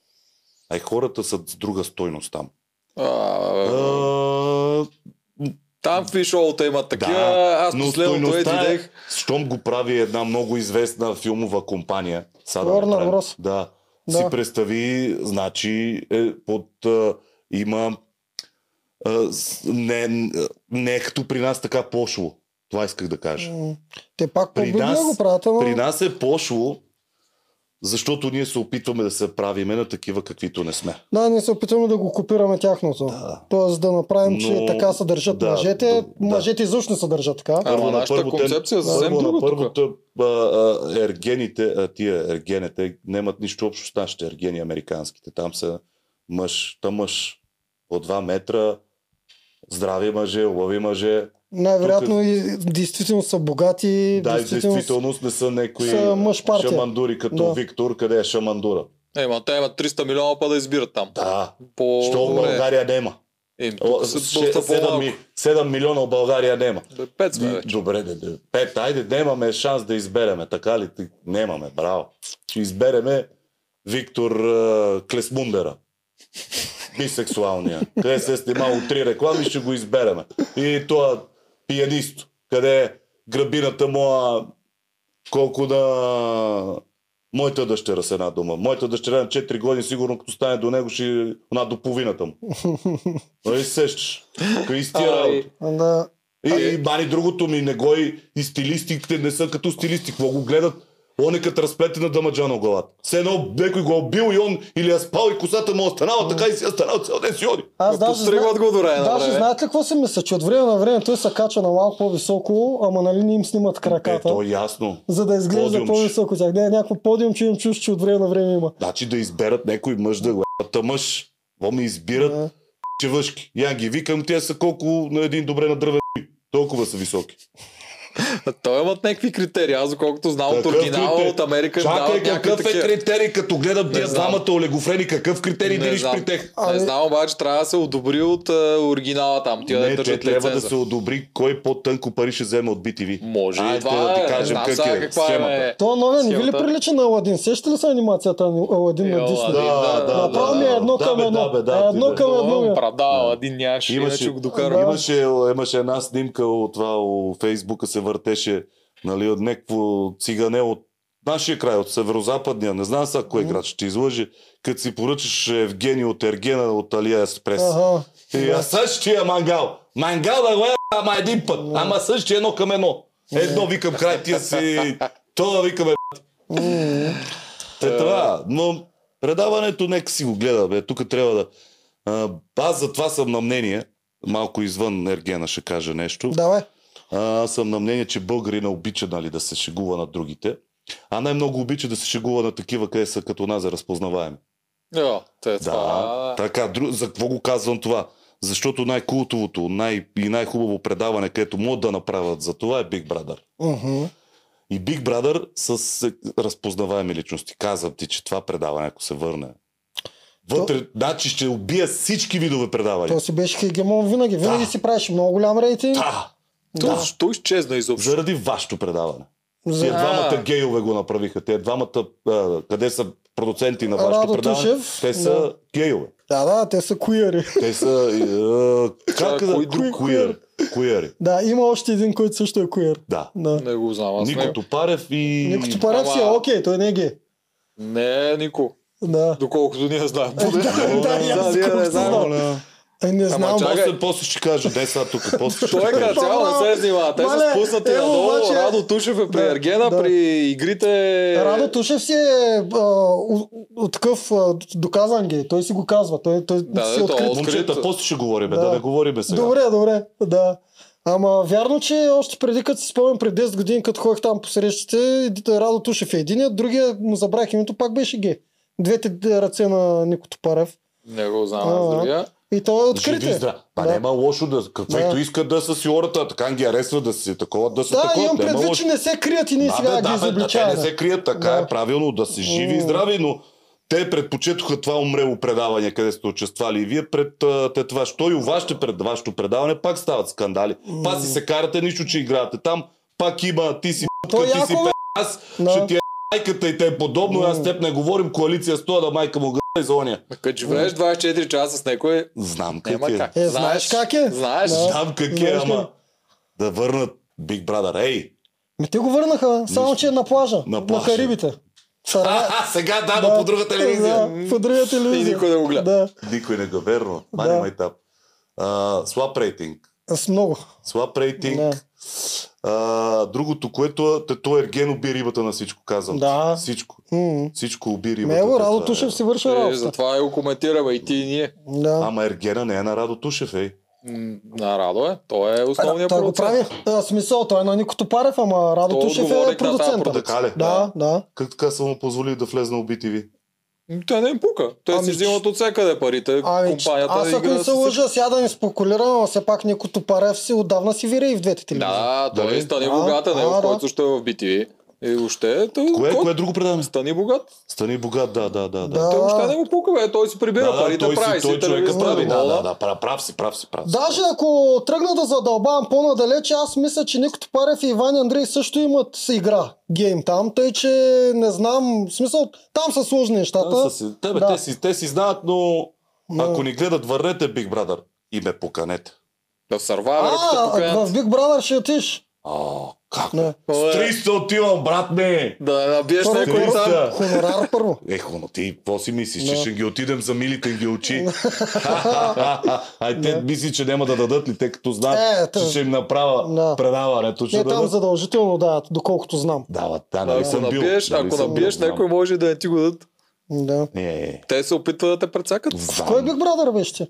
А и хората са с друга стойност там. А, А, там в шоута има такива. Да, Аз но последното е стойността е- дидех. щом го прави една много известна филмова компания. са да Warner направим- Bros. Да, Да. да. Си представи, значи е, под а, има а, с- не, не е като при нас така пошло. Това исках да кажа. М, Те пак При по-обидно нас- го правят, ама... При нас е пошло, защото ние се опитваме да се правиме на такива, каквито не сме. Да, ние се опитваме да го копираме тяхното. Да. Тоест да направим, че Но- така се държат да, мъжете. да. Мъжете изобщо не се държат така. А, Ама нашата първо те- концепция е съвсем първо на друга първото, а, а, ергените, а, тия ергените, нямат нищо общо с нашите ергени, американските. Там са мъж, та мъж по 2 метра, здрави мъже, лъви мъже. Най-вероятно и действително са богати. е- Да, и в действително... действителност не са някои са мъж партия. шамандури, като Да. Виктор, къде е шамандура. Ема, те имат 300 милиона па да избират там. Да, По... що в България нема. Е, О, тук са ше- доста седем по-малко. ми- 7 милиона в България нема. Да, Пет сме Ди- вече. Добре, де, де. Пет, айде, нямаме шанс да избереме, така ли? Ти- Нямаме, браво. Ще избереме Виктор е, Клесмундера. Бисексуалния. Къде се е снимал от три реклами, ще го избереме. И това пианист, къде е грабината моя, колко на моята дъщеря с една дума. Моята дъщеря на 4 години, сигурно като стане до него, ще една до половината му. Нали се сещаш? Кристия Ай. работа. Да. Е, И, и бани другото ми, не го и, и стилистите не са като стилисти. Какво го гледат? Он е като разплетена дамаджана в главата. Все едно някой го е убил и он или е спал и косата му е останала, така и си е останал цял ден си оди. Аз даже, зна... Подстригват го до нали, време на даже време. знаете ли какво си мисля, че от време на време той се качва на малко по-високо, ама нали не им снимат Е, краката. то е ясно. За да изглежда Подиумче. по-високо от тях. Не, някакво подиум, че им чуш, че от време на време има. Значи да изберат някой мъж да го е. Та мъж. Во ми избират Да. че въшки. Я ги викам, те са колко на един добре на дървен. Толкова са високи. А, Той имат някакви критерии. Аз, доколкото знам от Какъв оригинала, критер- от Америка, им Чакай, дават някакви какъв е такива. критерий, като гледам тия знам. двамата олигофрени, какъв критерий Не делиш знам. при тях? Не Ами- знам, обаче трябва да се одобри от а, оригинала там. Тия да не, те е държат трябва да лиценза. се одобри кой по-тънко пари ще вземе от BTV. Може и Айде това да е. ти кажем не знам как сега е каква схемата. Е. То новия не ви ли Схемата. прилича на Аладин? Сеща ли са анимацията на Аладин на Е, Дисни? Аладин. Да, да, Направо да, ми е да. едно Да, към бе, едно. да, бе, да, Е, едно ти, бе. към едно. ми е. Оправдава, един нямаше, иначе Имаше, го докара. имаше, имаше една снимка от това, у Фейсбука се въртеше, нали, от някакво цигане от нашия край, от северо-западния, не знам сега кой Мгм. град ще ти излъжи, като си поръчаш Евгений от Ергена от Алия Еспрес. Ага. Е, И аз Е, същия мангал. Мангал да го е, ама един път. Ама същия едно към едно. Едно викам край тия си. Това викаме. М. Те това. Но предаването нека си го гледа, бе. Тук трябва да... А, аз за това съм на мнение, малко извън Ергена ще кажа нещо. Давай. А, аз съм на мнение, че българина обича нали, да се шегува на другите. А най-много обича да се шегува на такива, къде са като нас за разпознаваеми. Йо, те е Да, това. така, дру... за какво го казвам това? Защото най-култовото най- и най-хубаво предаване, където могат да направят за това е Big Brother. Мгм. И Big Brother с е, разпознаваеми личности. Казвам ти, че това предаване, ако се върне, вътре, значи ще убие всички видове предавания. То си беше хегемон винаги. Винаги си правиш много голям рейтинг. Да, То, да, защо изчезна изобщо? заради вашето предаване. За Тия А. двамата гейове го направиха. Тия двамата, а, къде са продуценти на Радо вашето предаване? Тушев, Те са да. гейове. Да, да, те са куяри. Те са... е, е, Как Чакай, да... кой друг? Куер. Куери. Да, има още един, който също е куер. Да. Да. Не го знам. Аз Нико не. Топарев и... Нико Тупарев си е Ама- окей, той не е гей. Не, Нико. Да. Доколкото ние знаем. Е, Да, да, и аз ние не колко знаем. знам. Е, не знам. чакай, После, после ще кажа, дай сега тук, после ще е Той като кажа. цяло не се снима. Те са Мале, спуснати ево, надолу. обаче- Радо Тушев е при Да, Ергена, да. при игрите... Радо Тушев си е а, у- у- такъв а, доказан гей. Той си го казва. Той, той Да, си да, е то- открит. Момчета, Открито. после ще говорим, да, Да. да не говорим сега. Добре, добре, да. Ама вярно, че още преди като си спомням преди 10 години, като ходих там по срещите, Радо Тушев е единият, другия му забрах името, пак беше гей. Двете д- ръце на Нико Топарев. Не го знам аз А, другия. И той е открит. Живи е. и здрави. Па Да. няма лошо да, каквито Да. искат да са си ората, така ги харесват да си такова, да е са Да, такова. имам няма предвид, лошо. че не се крият и ние Да, сега бе, ги да, бе, да, те изобличаваме. не се крият, така Да. е правилно, да си живи и М. здрави, но Те предпочетоха това умрело предаване, къде сте участвали и вие пред а, те това. Що и у вашето, пред, вашето предаване пак стават скандали. Пак си се карате, нищо, че играете там. Пак има, ти си То е ти си яко, бе. аз, Да. ще ти е майката и те е подобно. Аз с теб не говорим коалиция с това да майка му гъда и за ония. Като живееш 24 часа с някой, Знам как няма е. как. Е, знаеш как е? Знаеш, Да. Знам как е, Знаеш ама ли? да върнат Big Brother. Ей, Ми Ами те го върнаха, само че е на плажа. На На, плажа. Карибите. Сара... А, сега да, но по друга телевизия. Да, по друга телевизия. И никой да го гледа. Да, Никой не го верно. Това Да. няма етап. А, Слаб рейтинг. с много. Слаб Е, Да. рейтинг. А, другото, което е, то Ерген уби рибата на всичко, казвам. ти. Да. Всичко. М. Всичко уби рибата. Мело, те, Радо това е. Тушев си върши е, работа. затова го коментираме и ти и ние. Да. Ама Ергена не е на Радо Тушев, ей. М, На Радо е, той е основният Той го прави. продуцент. А, смисъл, той е на Нико Топарев, ама Радо Той е Тушев е отговорник на тази продуцента. продукция. Така ли? Да, да. Как така са му позволили да влезе на UBTV? М, Те не им пука. Те Ами, си взимат от всякъде парите. Ами, че- е компанията аз ако не игра се с- лъжа, сега да не спекулирам, но все пак Нико Топарев си отдавна си вире и в двете телевизии. Да, той Дали? е Стани А, богат, а не а, да. в който ще е в BTV. И е, въобще, той, Кое, кой- кое друго предаване? Стани богат. Стани богат, да, да, да. да. Да. Той въобще не го пука, бе. Той си прибира парите, прави си, той човека телевизия, прави. Да, мола. да, да, прав, прав си, прав си, прав си. Даже ако тръгна да задълбавам по-надалече, аз мисля, че Нико Топарев и Иван Андрей също имат си игра, гейм там, тъй че не знам, в смисъл, там са сложни нещата. Да, са си, те, бе, Да. те, си, те си знаят, но, но- ако ни гледат, върнете Big Brother и ме поканете. Да, в Survivor, като а, поканят. в Big Brother ще отиш. А, как? Не. С 300 отивам, брат ме! е. Да набиеш Първо, някой първо, там. Да. хонорар първо. Ехо, но ти какво си мислиш, че Да. ще ги отидем за милите ги очи? Ай, те мисли, че няма да дадат ли, те като знаят, Е, че те- ще им направя Да. предаването. Ще Не, там дадат. задължително дават, доколкото знам. Да, бе, да, нали Ако съм бил. набиеш, нали ако съм бил, набиеш, знам. някой може и да не ти го дадат. Да. Не, не, не. Те се опитват да те прецакат. Знам. Кой Big Brother беше ти?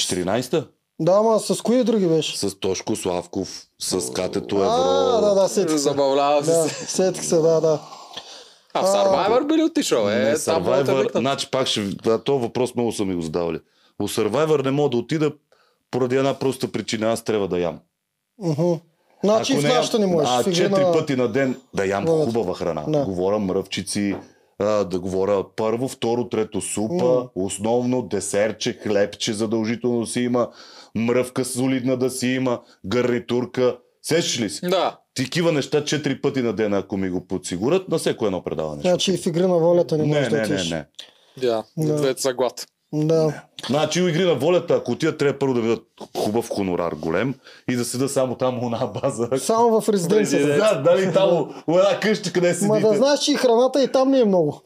14-та? Да, ама с кои други беше? С Тошко Славков, с Катето Евро. А, да, да, сетих се. Забавлява Да, се. сетих се, да, да. А в Survivor били отишъл, е. не, там могат да Survivor, викнат. значи пак ще... Да, този въпрос много са ми го задавали. У Survivor не мога да отида поради една проста причина. Аз трябва да ям. Мгм. Значи и в ям- нашата не можеш. А, в игра четири на- пъти на ден да ям Да, да. хубава храна. Да. Говоря мръвчици, а, да говоря първо, второ, трето супа, М. основно десерче, хлебче задължително си има, мръвка солидна да си има, гарнитурка. Сещаш ли си? Да. такива неща четири пъти на ден, ако ми го подсигурят, на всяко едно предаване. ще Значи и в игри на волята не отида. не, можеш да не, не, отидеш. не. Да, Да. двете са глад. Да. Значи у игри на волята, ако отидат, трябва първо да видят хубав хонорар голем и да седа само там у една база. Само в резиденцията. Да, дали там у- у една къща, къде седите. Ма да знаеш, че и храната и там не е много.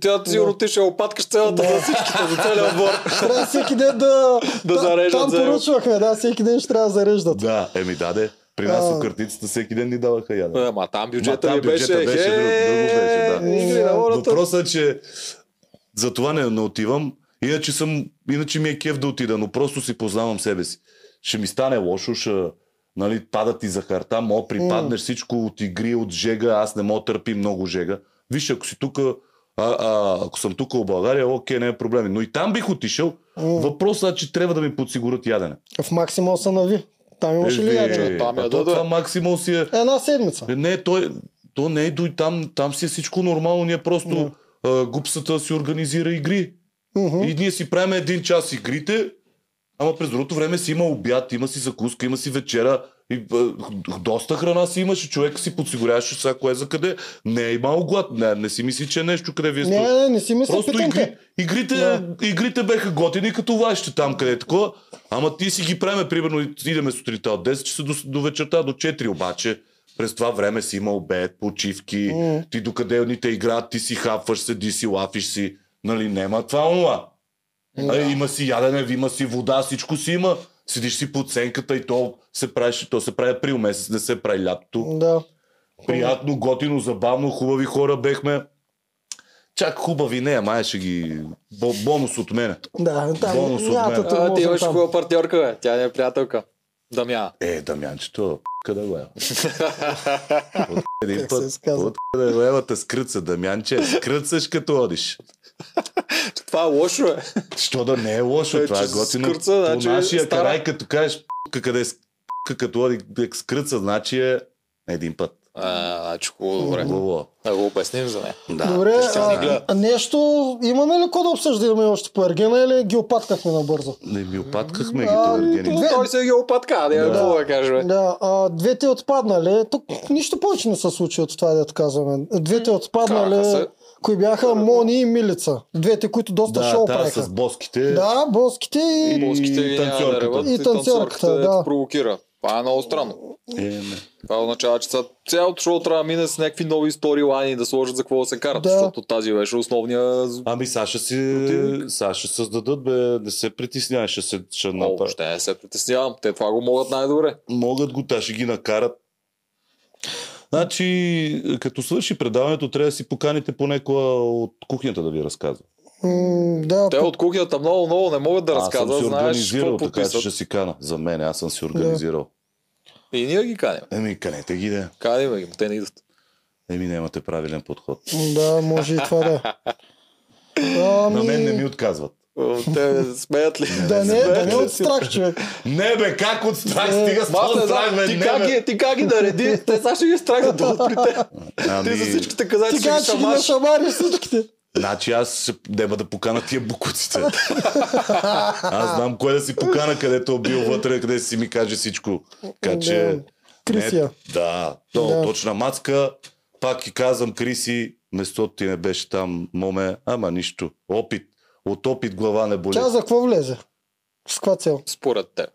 Тя ти сигурно ти ще опаткаш цялата за всичките, за целия отбор. Трябва всеки ден да... Да Та- зареждат Там заедно. поръчвахме, да, всеки ден ще трябва да зареждат. Да, еми даде. При нас А. у картицата всеки ден ни даваха яда. Е, Ма там Ма бюджета там ли беше? бюджета беше друг- друго беше, да. е, игри на волята. Въпросът е, че за това не, не отивам. Иначе, съм, иначе ми е кеф да отида, но просто си познавам себе си. Ще ми стане лошо, ще нали, пада ти захарта, мога припаднеш всичко от игри, от жега, аз не мога търпи много жега. Виж, ако си тук, а, а, ако съм тук в България, окей, не е проблем. Но и там бих отишъл. Въпросът е, че трябва да ми подсигурят ядене. В максимал са нави. Там имаше ли Е, ядене? е, Там а ядат, то да. това максимум си е... Една седмица. Е, Не, той, то не е дой там, там си е всичко нормално, ние просто Да. а, гупсата си организира игри. Мгм. И ние си правим един час игрите, ама през другото време си има обяд, има си закуска, има си вечера. И, а, х- доста храна си имаше, човек си подсигуряваше сега кое за къде. Не е имал глад, не, не си мисли, че е нещо къде вие Не, сте. не, не си мисля, Просто Ами питам игри, те. игрите, Да. игрите беха готини като вашите там, къде е такова. Ама ти си ги правиме, примерно, и идеме сутринта от 10 часа до, до вечерта до 4, обаче през това време си има обед, почивки, М. ти докъде едните играят, ти си хапваш, седи си, лафиш си. Нали, нема това онова. А, има си ядене, има си вода, всичко си има. Седиш си под сенката и то се прави, то се прави април месец, не се прави лятото. Да. Приятно, готино, забавно, хубави хора бехме. Чак хубави не, май ще ги... Бо, бонус от мене. Да, Бонус там. от мен. Мята, А, турмоза Ти имаш там. хубава партньорка, бе. Тя не е приятелка. Дамяна. Е, Дамянчето, къде го е? От един Как се път, изказва? от къде го ева те скръца, Дамянче, скръцаш като одиш. Това е лошо, е. Що да не е лошо, Е, това е че готино. скръца, По значи, нашия стара. край, като кажеш, къде е скръка, като оди скръца, значи е един път. А, значи, хубаво, добре. Хубаво. Да го обясним за нея. Да, Добре, ще ни гледа. а, а, нещо имаме ли какво да обсъждаме още по Ергена или ги опаткахме набързо? Не ми опаткахме ги А, до Ергени. Но Две- той се ги опатка, да, Да. да. какво да кажа, бе. Да, а, двете отпаднали. Тук нищо повече не се случи от това, да казваме. Двете Караха отпаднали, се. кои бяха Мони и Милица. Двете, които доста Да, шоу тази правиха. с боските. Да, боските и... Полските И ги няма да танцорката. реват И и танцорката танцорката, да. те провокира. Това е много странно. Е, ме. Това означава, че са- цялото шоу трябва да мине с някакви нови сторилайни да сложат за какво да се карат, Да. защото тази беше основния з- Ами Саша си, Противник. Саша създадат, бе, не се притеснявай, ще се ще О, направят. въобще не се притеснявам. Те това го могат най-добре. Могат го, та ще ги накарат. Значи, като свърши предаването, трябва да си поканите по някоя от кухнята да ви разказва. М, да, Те от кухнята много, много не могат да Аз съм разказват, си знаеш какво организирал, така че подписват. ще си кана. За мен, аз съм си организирал. И ние ги каним. Еми, канете ги, да. Каним ги, но те не идват. Еми, нямате правилен подход. да, може и това да. е. Ами, На мен не ми отказват. Те смеят ли? да не, да Смеят не ли от си? страх, човек. Не, бе, как от страх стига с Аз не това страх, знам, бе, ти не, как е. бе. ги, ти как ги нареди? Те сега ще ги страх да дойдат при те. Ти за Ами, всичките казаци Ти ще ги казваш, че ги шамаш. нашамариш всичките. значи аз ще деба да покана тия букуците. аз знам кое да си покана, където е бил вътре, къде си ми каже всичко. Така че... Крисия. Не, да, то, Да. точна мацка. Пак ти казвам, Криси, местото ти не беше там, моме. Ама нищо. Опит. От опит глава не боли. Тя за какво влезе? С каква цел? Според те.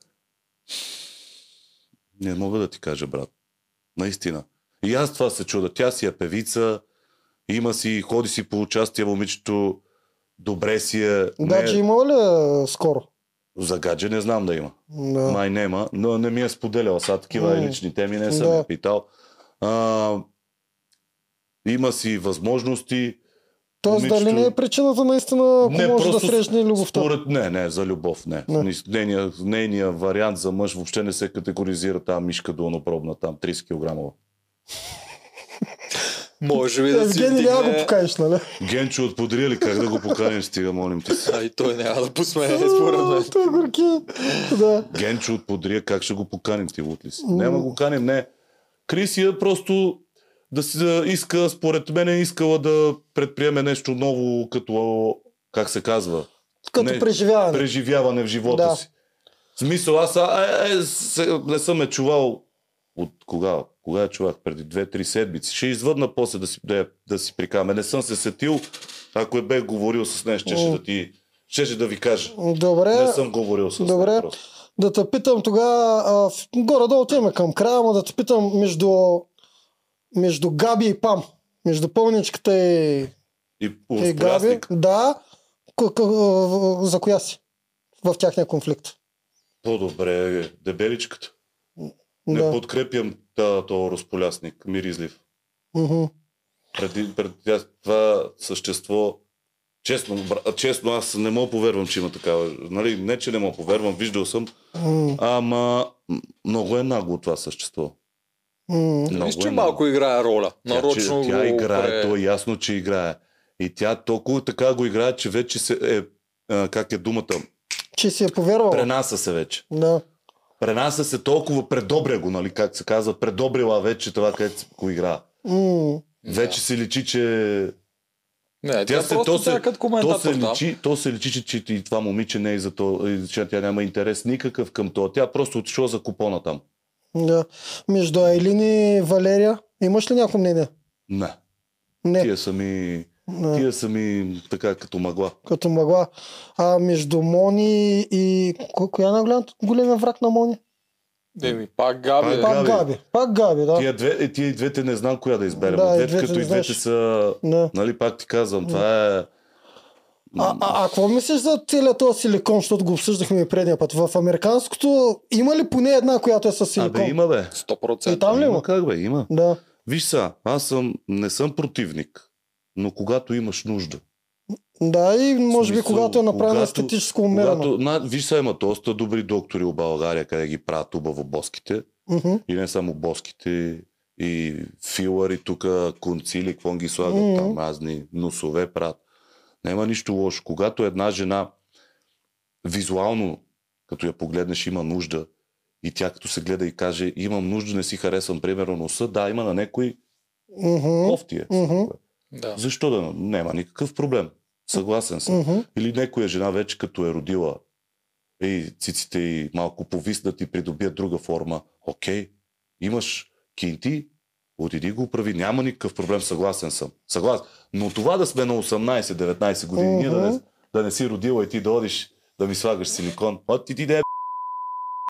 Не мога да ти кажа, брат. Наистина. И аз това се чуда. Тя си е певица, има си, ходи си по участие момичето, добре си е. Да, че има ли а, скоро? За гадже не знам да има. Да. Май нема, но не ми е споделял. Сега такива М. лични теми не съм Да. я питал. А, има си възможности. Тоест, дали момичето- не е причината наистина, ако Не, може да просто срещне любовта? Според не, не, за любов не. Не. не. Нейния, нейния вариант за мъж въобще не се категоризира тази мишка долнопробна, там 30 кг. Може би да си Евгений, няма го вдигне... поканиш, нали? Генчо от Подрия ли как да го поканим, стига, молим те се. А и той няма да посмее, според мен. Той е горки. Да. Генчо от Подрия, как ще го поканим ти, лут ли си? М. Няма го каним, не. Крисия просто да си да иска, според мен е искала да предприеме нещо ново, като, как се казва, Като Не, преживяване. преживяване в живота Да. си. В смисъл, аз а, е, е, се, не съм е чувал от кога? Кога е чувах? Преди 2-3 седмици. Ще извъдна после да си, да, я- да си прикаме. Не съм се сетил, ако е бех говорил с нея, ще, ще М. да ти... Ще да ви кажа. Добре. Не съм говорил с нея. Добре. просто. Да те питам тогава, а, в- горе-долу отиваме към края, но да те питам между, между Габи и Пам, между пълничката и, И, и Е, Габи. успорядник. Да, к- к- за коя си в тяхния конфликт? По-добре е дебеличката. Не да. подкрепям та, този разполясник, миризлив. Мгм. Преди, преди тя- това същество, честно, бра- честно, аз не мога повярвам, че има такава. Нали? Не, че не мога повярвам, виждал съм, М, ама м, много е нагло това същество. м. Много Виж, че е нагло. малко играе роля. тя, Нарочно че, тя го играе, пре- то е ясно, че играе. И тя толкова така го играе, че вече се е, а, как е думата, Че си е повярвал. пренаса се вече. Да. Пренася се толкова, предобря го, нали, как се казва, предобрила вече това, където го игра. М, Вече се личи, че... Не, тя, се- просто то се- тя като То коментатор се, там. личи, то се личи, че, че и това момиче не е за то, и че тя няма интерес никакъв към това. Тя просто отишла за купона там. да. Между Айлин и Валерия, имаш ли някакво мнение? Не. Не. Тия са ми, Не. тия са ми така като мъгла. Като мъгла. А между Мони и... ко- Коя е най-големия враг на Мони? Еми, пак Габи. Пак е. Габи. Пак Габи. Пак Габи, да. Тия, две, е, тия и двете не знам коя да изберем. Да, Да, и двете, двете като не и знаеш. двете са... Да. Нали, пак ти казвам, това е... А, а, а какво мислиш за целият този силикон, защото го обсъждахме и предния път? В американското има ли поне една, която е с силикон? Абе, има, бе. 100%. И там ли Има има? как, бе, има. Да. Виж са, аз съм, не съм противник, но когато имаш нужда. Да, и може би Смисъл, когато е направено когато- естетическо умерено. Когато, на, виж са, има доста добри доктори у България, къде ги правят убаво боските. Мгм. И не само боските, и филари тук, концили, какво ги слагат Мгм. там, разни носове правят. Няма нищо лошо. Когато една жена визуално, като я погледнеш, има нужда И тя като се гледа и каже, имам нужда, не си харесвам, примерно носа, да, има на някой Мгм. кофти е. Мгм. Да. Защо да няма никакъв проблем? Съгласен съм. Мгм. Или някоя жена вече като е родила и циците и малко повиснат и придобият друга форма. Окей, имаш кинти, отиди го прави. Няма никакъв проблем, съгласен съм. Съгласен. Но това да сме на 18-19 години, ние да, не, Мгм. да не си родила и ти да одиш да ми слагаш силикон. А ти ти да е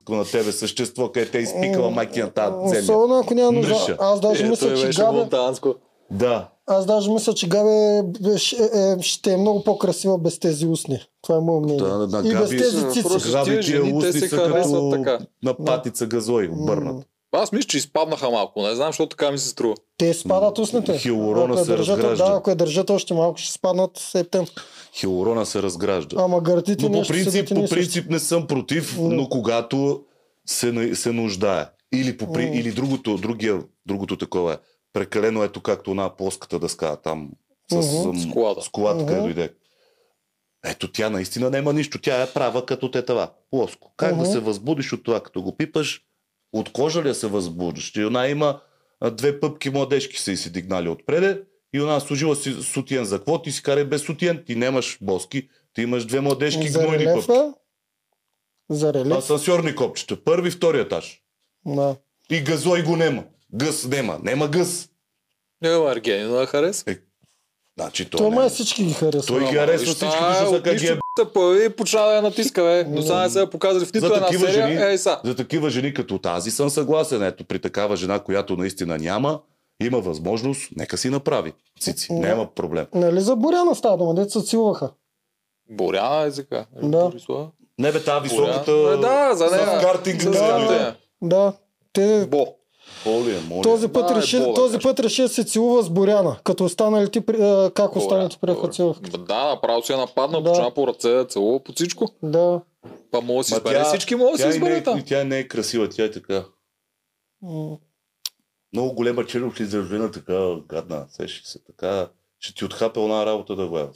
на тебе същество, къде те е изпикала майки на тази земя. Особено ако няма нужда. Мръша. Аз даже Ето мисля, е че беше Габе, монтанско. Да, аз даже мисля, че Габе беше- е, е, ще е много по-красива без тези устни. Това е мое мнение. Да, да, да, И без Габи- е тези Да, цици. просто- граби тия тия жени, те устни се са харесват като така. на патица газой, М. обърнат. Аз мисля, че изпаднаха малко. Не знам, защо така ми се струва. Те спадат устните. Хиалурона ако я се държат, разгражда. Да, ако я държат още малко, ще спаднат септем. Хилорона се разгражда. Ама гърдите Но по нещо се принцип, дотини по също. принцип не съм против, М. но когато се, на- се нуждае. Или, по, при, М. или другото, другия, другото такова е. Прекалено ето както на плоската дъска там с, Мгм. м, С колата. с колата Мгм. къде дойде. Ето тя наистина няма нищо. Тя е права като тетава. Плоско. Как да Мгм. се възбудиш от това, като го пипаш? От кожа ли да се възбудиш? И Она има а, две пъпки младежки са и си дигнали отпреде. И она служила си сутиен за квот и си карай без сутиен. Ти нямаш боски, ти имаш две младежки За гнойни пъпки. релефа. За релеф. Асансьорни копчета. Първи, втори етаж. Да. И газой го нема. Гъс нема. Нема гъс. Няма Аргени, да харесва. Значи той, Той май не... всички ги харесва. Той ги Ама, харесва виж, всички, тая защото как ги е отлично тъпа и почна да я натиска, бе. До сега не са я показали в нито За една такива серия. жени- Ей, са. За такива жени като тази съм съгласен. Ето при такава жена, която наистина няма, има възможност, нека си направи. Цици, Да. няма проблем. Нали за Боряна става дума, деца цилваха. Боряна е така. Е, Да. Борислава. Не бе, тази високата... Боря- Е, да, за нея. С картинг. С не Да, картинг. дойде. да. Да. Те, Бо. Оле, моля. този път, Да, е реши, Бола, този кажа. път реши да се целува с Боряна, като останалите, при- а, как Боря, останалите приеха Боря. целувка. Да, направо си я нападна, Да. почна по ръце, целува по всичко. Да. Па мога да си Ма избере. тя- Всички могат да Тя си и не, избере е- и там. тя не е красива, тя е така. М, Много голема чернош издържена, така гадна. Сеш се така. Ще ти отхапе една работа да гледа.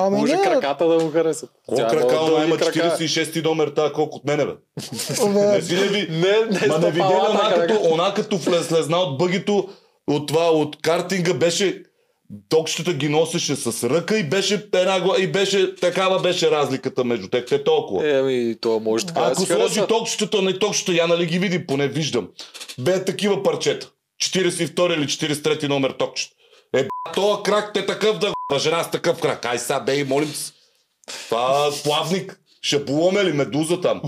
Ами Може не, краката да му харесат. Колко е крака, много она има дълги крака. 46 номер, тази колко от мене, бе. Не бе, си ли ви... Не, не, Ма не стъпалата видя ли она крака. като, она като влезна от бъгито, от това, от картинга беше... Токщата ги носеше с ръка и беше една гла... и беше такава беше разликата между тях. Те толкова. Еми, то Е, ами, може така да Ако си сложи хареса. токщата, не токщата, я нали ги види, поне виждам. Бе такива парчета. 42 или 43 номер токчета. Е, б**, тоя крак те такъв да г**ба, жена с такъв крак. Ай са, бей, молим се. Това плавник. Ще поломе ли медуза там?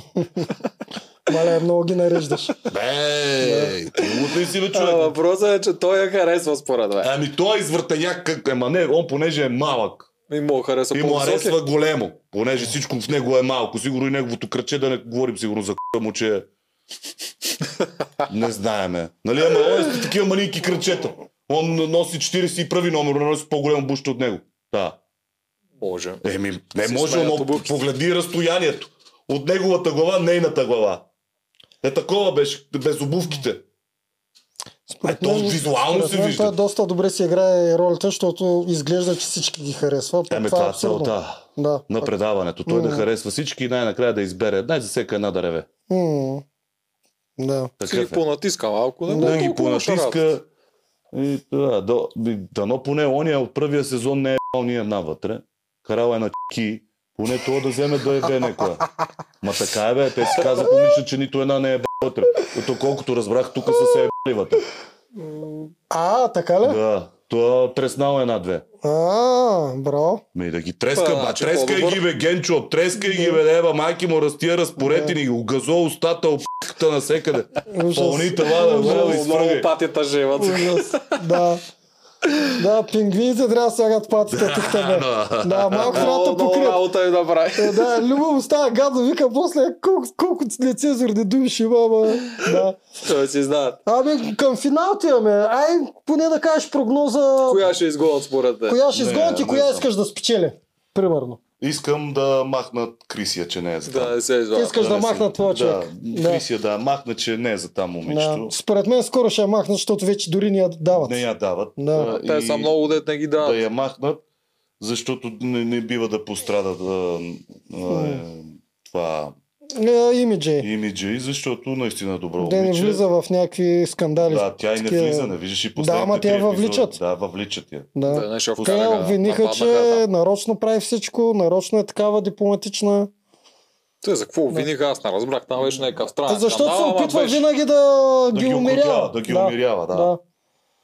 мале, много ги нареждаш. Бе, ти лут ли си бе А, човек? въпросът е, че той я харесва според мен. Ами той е извъртеняк, как... ама не, он понеже е малък. И му хареса И му харесва големо, понеже всичко в него е малко. Сигурно и неговото кръче, да не говорим сигурно за к***а му, че е. Не знаеме. Нали, ама он е с такива маники кръчета. Он носи 40 и прави номер, но носи по-голямо буще от него. Да. Може. Еми, не Си може, сменят но обувките. погледни разстоянието. От неговата глава, нейната глава. Е такова беше, без обувките. Е, Според то мен- визуално според се мен вижда. Той е доста добре си играе ролята, защото изглежда, че всички ги харесва. Пък Еме, това е абсурдно. целта Да. на предаването. Той да М. харесва всички и най-накрая да избере. Най за всяка една да реве. М, Да. Си ги Такъв е. понатиска малко. Не, да толкова ги лоша работа. понатиска. И, да, да, би- дано поне ония от първия сезон не е бал ние навътре. Карал е на ки. Поне това да вземе да е бе някоя. Ма така е бе, те си казват, мисля, че нито една не е бе вътре. Като колкото разбрах, тук са се е вътре. А, така ли? Да, това треснал една-две. А, браво. Ми да ги треска, Па, ба, че треска по-добър. ги бе, генчо, треска ги бе, деба, майки му растия разпоретени, го газо устата, опката насекъде. Ужас. Пълни това, да, да, да, Много, много изфръгай. патята Е, живат. Ужас. Да. Да, пингвините трябва да слагат патите тук тебе. Да. Да, малко трябва да Много, много покрият. работа им направи. Е, да, любов става гадно, вика после колко, колко нецензурни думи ще има, ама, да. Той си знаят. Абе, към финал ти имаме. Ай, поне да кажеш прогноза, коя, Коя ще изгонят според те? ще Не, изгонят и не коя знам. искаш да спечели. Примерно. Искам да махнат Крисия, че не е за там. Да, не се изгонят. Искаш да не съм- махнат това човек. Да, Да. Крисия да махна, че не е за там Да. момичето. Според мен скоро ще я махнат, защото вече дори не я дават. Не я дават. Да. а, Те и са много дет не ги Да дават. я махнат, защото не, не бива да пострадат а, а, е, това Е, имиджа. е. имиджа и защото наистина е добро Да не момиче. влиза в някакви скандали. Да, тя и не Такива- влиза, не виждаш и Да, ама последните те я три епизода. въвличат. Да, въвличат я. Да. Да, нещо Те Те така, обвиниха, нападнаха, че да. нарочно прави всичко, нарочно е такава дипломатична. Те за какво обвиниха, аз не разбрах, там беше някакъв странен. Да, защото се скандал, ама опитва беше- винаги да, Да ги ги умирява. окрутява, да ги умирява, да.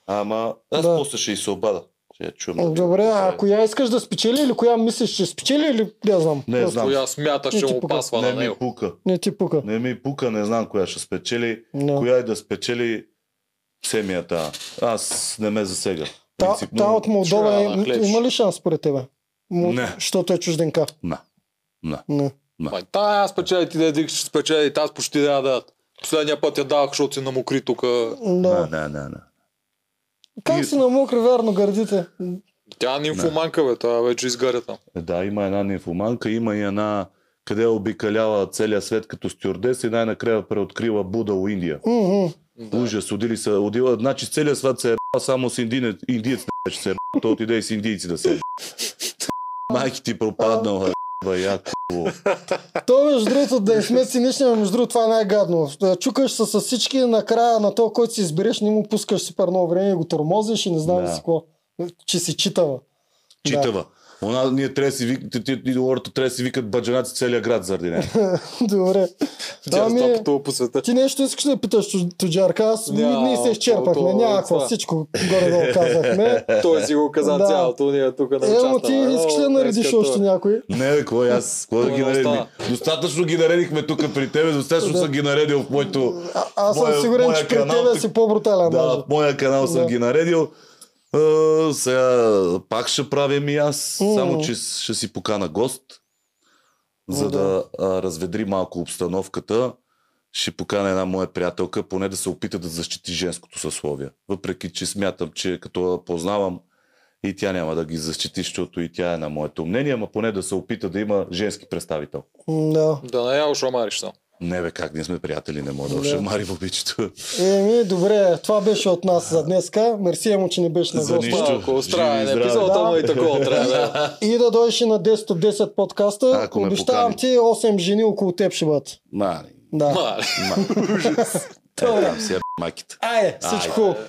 Ама аз Да. после ще и се обада. Ще я чуем. О, да Добре, видим какво а е. коя искаш да спечели или коя мислиш, че спечели или не знам. Не Просто знам. Коя смята, Не че ти му пука. пасва Не на ми него. пука. Не ти пука. Не ми пука, не знам коя ще спечели. Не. Коя и да спечели семията. Аз не ме засега. Та, Принципно, та от Молдова Чуя, е, на хлеб. има ли шанс според тебе? Му- Не. Защото е чужденка. Не. Не. Не. Ма, Та аз спечели, ти да дикаш, че спечели, аз почти да я дадат. Последния път я давах, защото си намокри тук. Да. Не, не, не, не. Как И- си намокри вярно гърдите? Тя нимфоманка, бе, тя вече изгаря там. Е, Да, има една нимфоманка, има и една къде е обикаляла целия свет като стюардес и най-накрая преоткрила Буда у Индия. Мгм. Да. Да. Ужас, одили са, одила, значи целият свят се е ебал, само с индиец, индиец не беше се е ебал, той отиде и с индийци да се е ебал. Майки ти пропаднала, еба, яко. То между другото да е сме цинични, но между другото това е най-гадно. Чукаш се с всички, накрая на то, който си избереш, не му пускаш супер много време и го тормозиш и не знам Да. си какво. Че си читава. Читава. Она, ние трябва да си викат, ти- ти- ти- хората трябва да си викат баджанаци целия град заради нея. Добре. Тя Ами- ами... пътува по света. Ти нещо искаш да питаш Ту- Туджарка? Аз ние Няма, ние се изчерпахме. това- е Няма какво. това. Всичко горе-долу казахме. Той си го каза Да. цялото, ние тук не Емо, ти участваме. искаш ли да О, наредиш днеска още той. някой? Не, бе, кой аз? Кой да Той ги не наредим? остана. Достатъчно ги наредихме тук при тебе, достатъчно Да. съм ги наредил в моето... А- Аз съм моя- сигурен, моя че при канал, тебе тук- си по-брутален. Да, даже. в моя канал съм Да. ги наредил. А, сега пак ще правим и аз, М. само че с- ще си покана гост, за Да. да а, разведри малко обстановката. Ще покана една моя приятелка, поне да се опита да защити женското съсловие. Въпреки, че смятам, че като я познавам и тя няма да ги защити, защото и тя е на моето мнение, ама поне да се опита да има женски представител. М, Да. Да не я ошамариш там. Не бе, как, ние сме приятели, не мога да Да. ушамари в обичето. Еми, добре. Това беше от нас за днеска. Мерси ему, че не беше на За гост. нищо. Малко Живи и странен здрави. епизод, Да. ама и такова трябва да. е. И да дойдеш и на 10 от 10 подкаста. Ако ме Обещавам покани. ти 8 жени около теб ще бъдат. Мани, Да. Мале. мани. Е, там си е майките. Айде, всичко. хубаво.